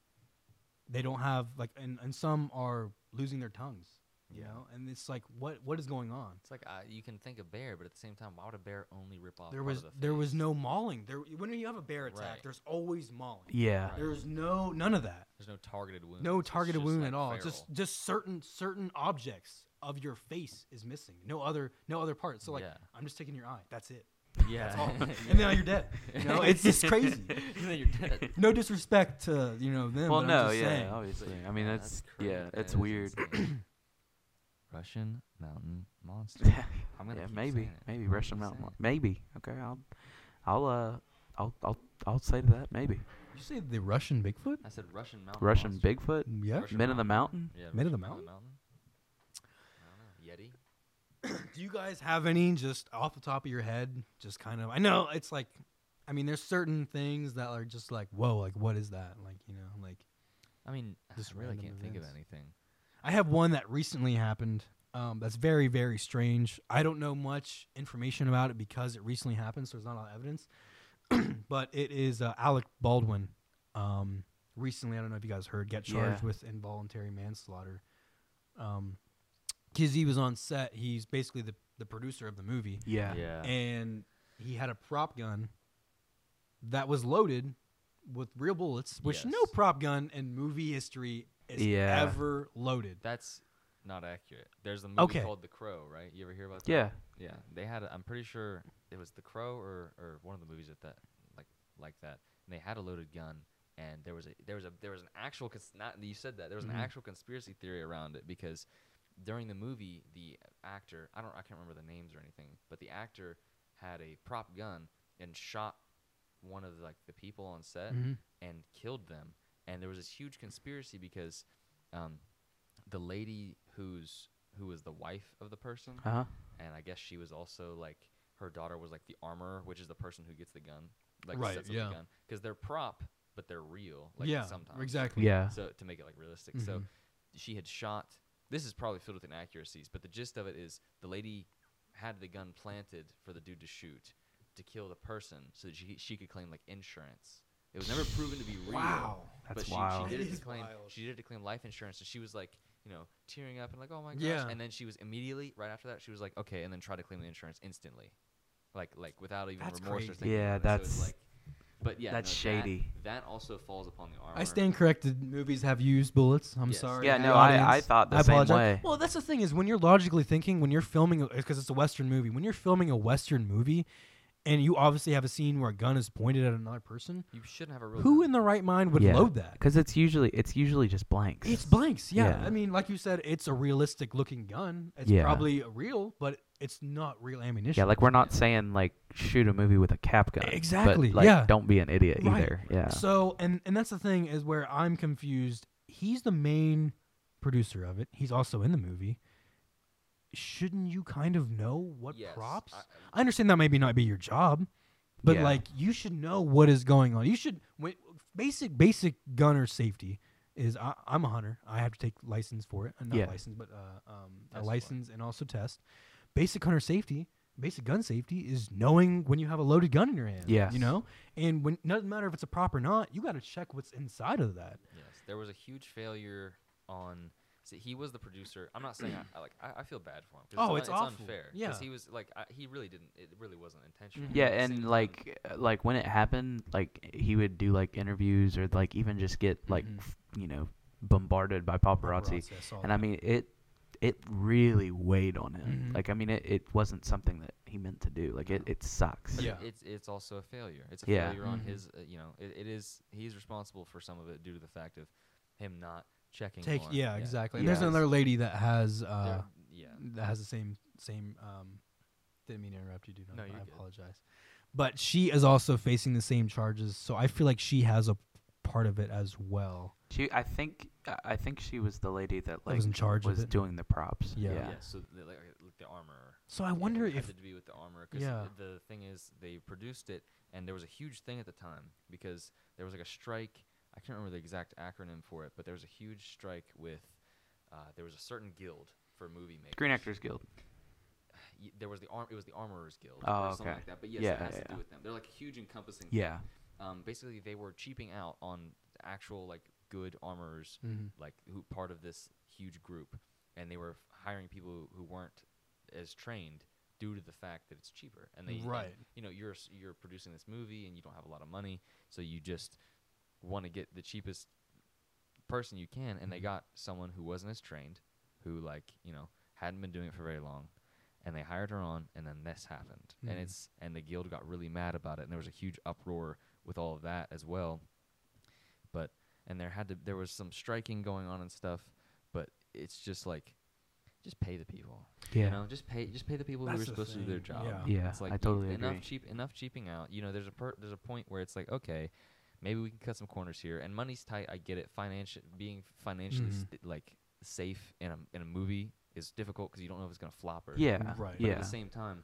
S4: They don't have like, and, and some are losing their tongues. You know, and it's like, what what is going on?
S3: It's like uh, you can think of bear, but at the same time, why would a bear only rip off?
S4: There
S3: part
S4: was
S3: of the
S4: there was
S3: face?
S4: no mauling. There when you have a bear attack,
S3: Right.
S4: there's always mauling.
S2: yeah.
S3: Right.
S4: There's no none of that.
S3: There's no targeted wound.
S4: no targeted wound at all. Just just certain certain objects of your face is missing. No other no other parts. So like
S3: Yeah.
S4: I'm just taking your eye. That's it.
S3: yeah.
S4: That's all. and then you're dead. You know, it's just crazy.
S3: you're dead.
S4: No disrespect to you know them.
S2: Well,
S4: but
S2: no,
S4: I'm just
S2: yeah,
S4: saying.
S2: obviously. I mean, that's, yeah, it's
S3: That is
S2: weird.
S3: insane. Russian mountain monster.
S2: yeah,
S3: I'm gonna keep
S2: maybe,
S3: saying it.
S2: maybe
S3: I'm
S2: Russian
S3: gonna
S2: Mountain.
S3: say
S2: Lion. Maybe. Okay, I'll, I'll, uh, I'll, I'll, I'll say to that maybe.
S4: You say the Russian Bigfoot?
S3: I said Russian mountain.
S2: Russian
S3: monster.
S2: Bigfoot,
S4: Yeah.
S3: Russian
S2: Men of the Mountain.
S3: Yeah,
S4: Man of the
S3: Russian
S4: mountain?
S3: I don't know. Yeti.
S4: Do you guys have any just off the top of your head? Just kind of. I know it's like, I mean, there's certain things that are just like, whoa, like what is that? Like you know, like
S3: I mean,
S4: Just
S3: I really
S4: random
S3: can't think of
S4: events.
S3: anything.
S4: I have one that recently happened. Um, that's very, very strange. I don't know much information about it because it recently happened, so there's not a lot of evidence. but it is uh, Alec Baldwin. Um, recently, I don't know if you guys heard, got charged
S2: Yeah.
S4: with involuntary manslaughter. Um, because he was on set, he's basically the the producer of the movie,
S2: Yeah.
S4: and he had a prop gun that was loaded with real bullets, which no
S3: Yes.
S4: prop gun in movie history is
S2: Yeah.
S4: ever loaded.
S3: That's not accurate. There's a movie
S4: Okay.
S3: called The Crow, right? You ever hear about that?
S2: Yeah.
S3: Yeah, they had. A, I'm pretty sure it was The Crow or or one of the movies at that like like that. And they had a loaded gun, and there was a there was a there was an actual cons- not you said that there was
S4: Mhm.
S3: an actual conspiracy theory around it because during the movie the actor I don't I can't remember the names or anything, but the actor had a prop gun and shot one of like the people on set
S4: Mhm.
S3: and killed them. And there was this huge conspiracy because um, the lady who's who was the wife of the person
S2: Uh huh.
S3: and I guess she was also like her daughter was like the armorer, which is the person who gets the gun, like
S4: Right,
S3: sets
S4: yeah.
S3: up the gun, because they're prop, but they're real, like
S4: yeah,
S3: sometimes
S4: exactly.
S2: Yeah. Mm-hmm.
S3: So to make it like realistic, so she had shot. This is probably filled with inaccuracies, but the gist of it is the lady had the gun planted for the dude to shoot to kill the person, so that she she could claim like insurance. It was never proven to be real.
S4: Wow.
S2: That's
S3: but she,
S2: wild.
S3: She did
S4: It
S3: it,
S4: is
S3: to claim
S4: wild.
S3: she did it to claim life insurance, and she was like, you know, tearing up and like, oh my gosh.
S4: Yeah.
S3: And then she was immediately right after that, she was like, okay, and then tried to claim the insurance instantly, like like without even
S4: That's
S3: remorse
S4: crazy.
S3: or thinking.
S2: Yeah,
S3: about it. So it's
S2: that's-
S3: like, but yeah,
S2: that's
S3: no, that-
S2: shady.
S3: That, also falls upon the armor.
S4: I stand corrected. Movies have used bullets. I'm
S3: Yes.
S4: sorry.
S2: Yeah,
S4: to
S2: no,
S4: the
S2: I- I
S4: audience.
S2: thought the
S4: I
S2: same
S4: apologize.
S2: way.
S4: Well, that's the thing is when you're logically thinking, when you're filming, because it's a Western movie, when you're filming a Western movie, and you obviously have a scene where a gun is pointed at another person,
S3: You shouldn't have a real.
S4: who
S3: gun.
S4: in their right mind would
S2: yeah.
S4: load that?
S2: Because it's usually it's usually just blanks.
S4: It's blanks. Yeah.
S2: Yeah.
S4: I mean, like you said, it's a realistic looking gun. It's
S2: Yeah.
S4: probably real, but it's not real ammunition.
S2: yeah, like we're not saying like shoot a movie with a cap gun. but,
S4: Exactly,
S2: like,
S4: yeah.
S2: Don't be an idiot
S4: Right.
S2: either. Yeah.
S4: So and and that's the thing is where I'm confused. He's the main producer of it. He's also in the movie. Shouldn't you kind of know what
S3: Yes,
S4: props?
S3: I-
S4: I understand that maybe not be your job, but
S2: Yeah.
S4: like you should know what is going on. You should when, basic basic gunner safety is I, I'm a hunter. I have to take license for it. Uh, Not
S2: Yeah.
S4: license, but uh, um,
S3: Test for
S4: a
S3: it.
S4: license and also test. Basic hunter safety, basic gun safety is knowing when you have a loaded gun in your hand.
S2: Yes.
S4: You know, and when doesn't matter if it's a prop or not, you got to check what's inside of that.
S3: Yes, there was a huge failure on. See, he was the producer. I'm not saying I, I like. I, I feel bad for him. 'cause
S4: Oh,
S3: un-
S4: it's awful.
S3: unfair. 'cause
S4: Yeah.
S3: he was like. I, he really didn't. It really wasn't intentional.
S2: Mm-hmm. Yeah,
S3: At the same
S2: and
S3: time,
S2: like uh, like when it happened, like he would do like interviews or like even just get like
S4: Mm-hmm.
S2: f- you know bombarded by paparazzi.
S7: Paparazzi, I saw
S2: and I mean it it really weighed on him.
S4: Mm-hmm.
S2: Like I mean it, it wasn't something that he meant to do. Like it, it sucks.
S3: but
S4: Yeah. Mm-hmm.
S3: it's it's also a failure. It's a
S2: Yeah.
S3: failure on his. Uh, you know, it, it is. He's responsible for some of it due to the fact of him not checking.
S4: Take
S3: more.
S4: yeah, exactly. And
S2: Yeah.
S4: There's another lady that has
S3: There-
S4: uh,
S3: yeah.
S4: that has the same same. Um, didn't mean to interrupt you, dude.
S3: No,
S4: I-
S3: you're
S4: I
S3: good.
S4: apologize. But she is also facing the same charges, so I feel like she has a part of it as well.
S2: She, I think, I- I think she was the lady that like
S4: was in charge of
S2: was
S4: it.
S2: doing the props.
S4: Yeah.
S2: Yeah.
S3: Yeah. So the, like, uh, like the armor.
S4: So I wonder
S3: it
S4: if
S3: had to be with the armor because
S4: Yeah.
S3: the thing is they produced it and there was a huge thing at the time because there was like a strike i can't remember the exact acronym for it but there was a huge strike with uh, there was a certain guild for movie makers
S2: Screen Actors Guild.
S3: Y- there was the arm it was the armorers guild
S2: Oh,
S3: or something
S2: okay.
S3: like that but yes
S2: Yeah,
S3: it has
S2: yeah,
S3: to
S2: yeah.
S3: do with them they're like a huge encompassing thing.
S2: Yeah.
S3: um, basically they were cheaping out on actual like good armorers like who part of this huge group and they were hiring people who, who weren't as trained due to the fact that it's cheaper and they and,
S4: Right.
S3: you know you're s- you're producing this movie and you don't have a lot of money so you just want to get the cheapest person you can and they got someone who wasn't as trained who like you know hadn't been doing it for very long and they hired her on and then this happened
S2: Hmm.
S3: and it's and the guild got really mad about it and there was a huge uproar with all of that as well but and there had to there was some striking going on and stuff but it's just like just pay the people
S2: Yeah.
S3: you know just pay just pay the people who
S4: That's
S3: are
S4: the
S3: supposed to do their
S4: thing,
S3: job
S4: yeah.
S2: Yeah,
S3: it's like
S2: I
S3: you-
S2: totally
S3: enough
S2: agree.
S3: cheap enough cheaping out you know there's a per, there's a point where it's like okay maybe we can cut some corners here and money's tight i get it financial being financially
S4: Mhm.
S2: Mm-hmm.
S3: st- like safe in a in a movie is difficult because you don't know if it's gonna flop or
S2: Yeah.
S4: Right.
S3: but
S2: Yeah.
S3: at the same time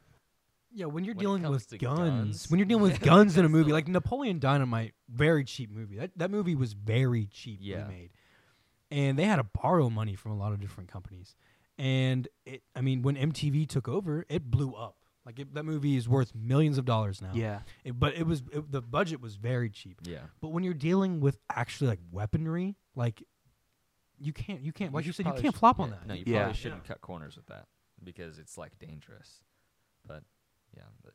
S4: Yeah, when you're
S3: When it
S4: dealing
S3: comes
S4: with
S3: to
S4: guns,
S3: guns-
S4: when you're dealing with guns in a
S3: that's
S4: movie,
S3: the-
S4: like Napoleon Dynamite, very cheap movie. That that movie was very cheaply
S3: Yeah.
S4: made, and they had to borrow money from a lot of different companies. And it, I mean, when MTV took over, it blew up. Like it, that movie is worth millions of dollars now.
S2: Yeah.
S4: It- but it was it, the budget was very cheap.
S3: yeah
S4: But when you're dealing with actually like weaponry, like you can't you can't like you
S3: should
S4: said you
S3: probably
S4: can't
S3: sh-
S4: flop on
S3: yeah,
S4: that.
S3: No, you
S2: Yeah.
S3: probably shouldn't cut corners with that because it's like dangerous. But yeah, but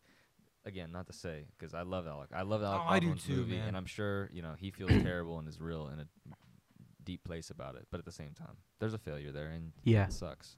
S3: again, not to say because I love Alec. I love Alec
S4: Oh, I do
S3: Baldwin's
S4: too,
S3: movie,
S4: man.
S3: and I'm sure you know he feels terrible and is real in a deep place about it. But at the same time, there's a failure there, and
S2: Yeah.
S3: it sucks.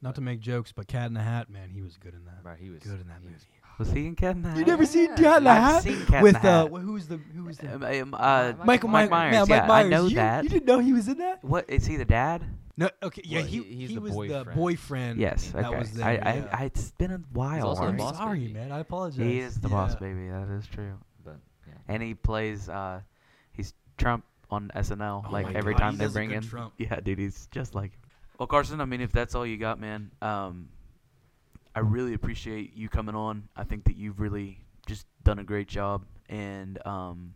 S4: Not to make jokes, but Cat in the Hat, man, he was good in that.
S3: Right? He was
S4: Good in that
S3: he
S4: movie.
S3: was-
S2: Was he in Cat in the Hat?
S4: You never seen Cat in the
S2: I've
S4: Hat?
S2: seen Cat in
S4: with
S2: the Hat.
S4: uh, wh- who's the who was the
S2: Um, um, uh,
S4: Michael
S2: Mike
S4: Myers?
S2: Myers.
S4: Yeah, Mike
S2: yeah,
S4: Myers.
S2: I know
S4: you,
S2: that.
S4: You didn't know he was in that?
S2: What is he the dad?
S4: No. Okay. Yeah.
S3: Well,
S4: he
S3: he- he's
S4: he
S3: the
S4: was the
S3: boyfriend.
S4: boyfriend.
S2: Yes.
S4: That
S2: okay.
S4: was there,
S2: I,
S4: yeah.
S2: I, I, it's been a while.
S3: also the
S4: I'm
S2: already.
S3: boss
S4: sorry,
S3: baby.
S4: man. I apologize.
S2: He is the boss
S4: Yeah.
S2: baby. That is true.
S3: But yeah,
S2: And he plays. uh He's Trump on SNL.
S7: Oh
S2: like
S7: my
S2: every
S7: God,
S2: time
S7: he
S2: they
S7: does a
S2: bring
S7: good
S2: in.
S7: Trump.
S2: Yeah, dude. He's just like. Well, Carson. I mean, if that's all you got, man. Um, I really appreciate you coming on. I think that you've really just done a great job, and um,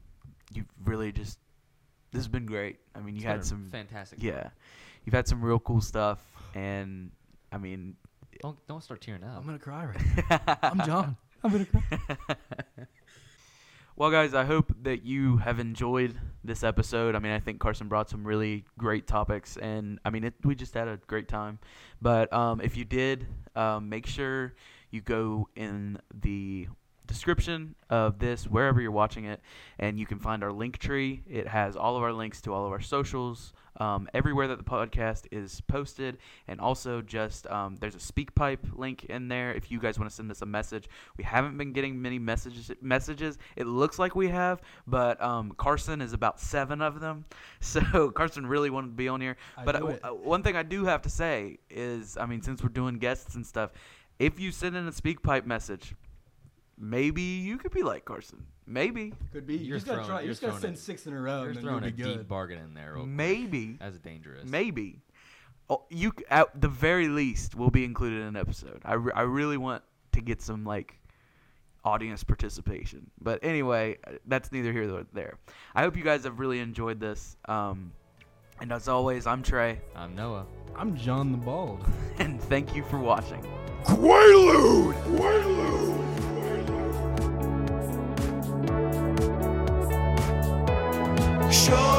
S2: you've really just. This has been great. I mean, you
S3: it's been a
S2: had some.
S3: fantastic.
S2: Yeah, you've had some real cool stuff, and I mean,
S3: Don't don't start tearing up.
S7: I'm gonna cry right
S4: I'm John. I'm gonna cry.
S2: well, guys, I hope that you have enjoyed this episode. I mean, I think Carson brought some really great topics, and I mean, it, we just had a great time. But um, if you did, um, make sure you go in the description of this wherever you're watching it and you can find our link tree it has all of our links to all of our socials um, everywhere that the podcast is posted and also just um, there's a speak pipe link in there if you guys want to send us a message we haven't been getting many messages messages it looks like we have but um, carson is about seven of them so carson really wanted to be on here
S4: I
S2: but
S4: knew
S2: I-
S4: it.
S2: uh, one thing I do have to say is, I mean, since we're doing guests and stuff, if you send in a speak pipe message, maybe you could be like Carson. Maybe,
S7: Could be. You
S3: You're
S7: just gotta
S3: throwing-
S7: try. You
S3: you're
S7: just gotta
S3: throwing
S7: send
S3: it-
S7: six in a row,
S3: You're
S7: and then you'll
S3: throwing
S7: be
S3: a
S7: good.
S3: deep bargain in there. real quick.
S2: maybe,
S3: That's dangerous.
S2: maybe. Oh, you c- at the very least will be included in an episode. I, re- I really want to get some like audience participation. But anyway, uh, that's neither here nor there. I hope you guys have really enjoyed this. Um, and as always, I'm Trey,
S3: I'm Noah.
S4: I'm John the Bald.
S2: and thank you for watching.
S8: Quaalude! Quaalude! Quaalude! Show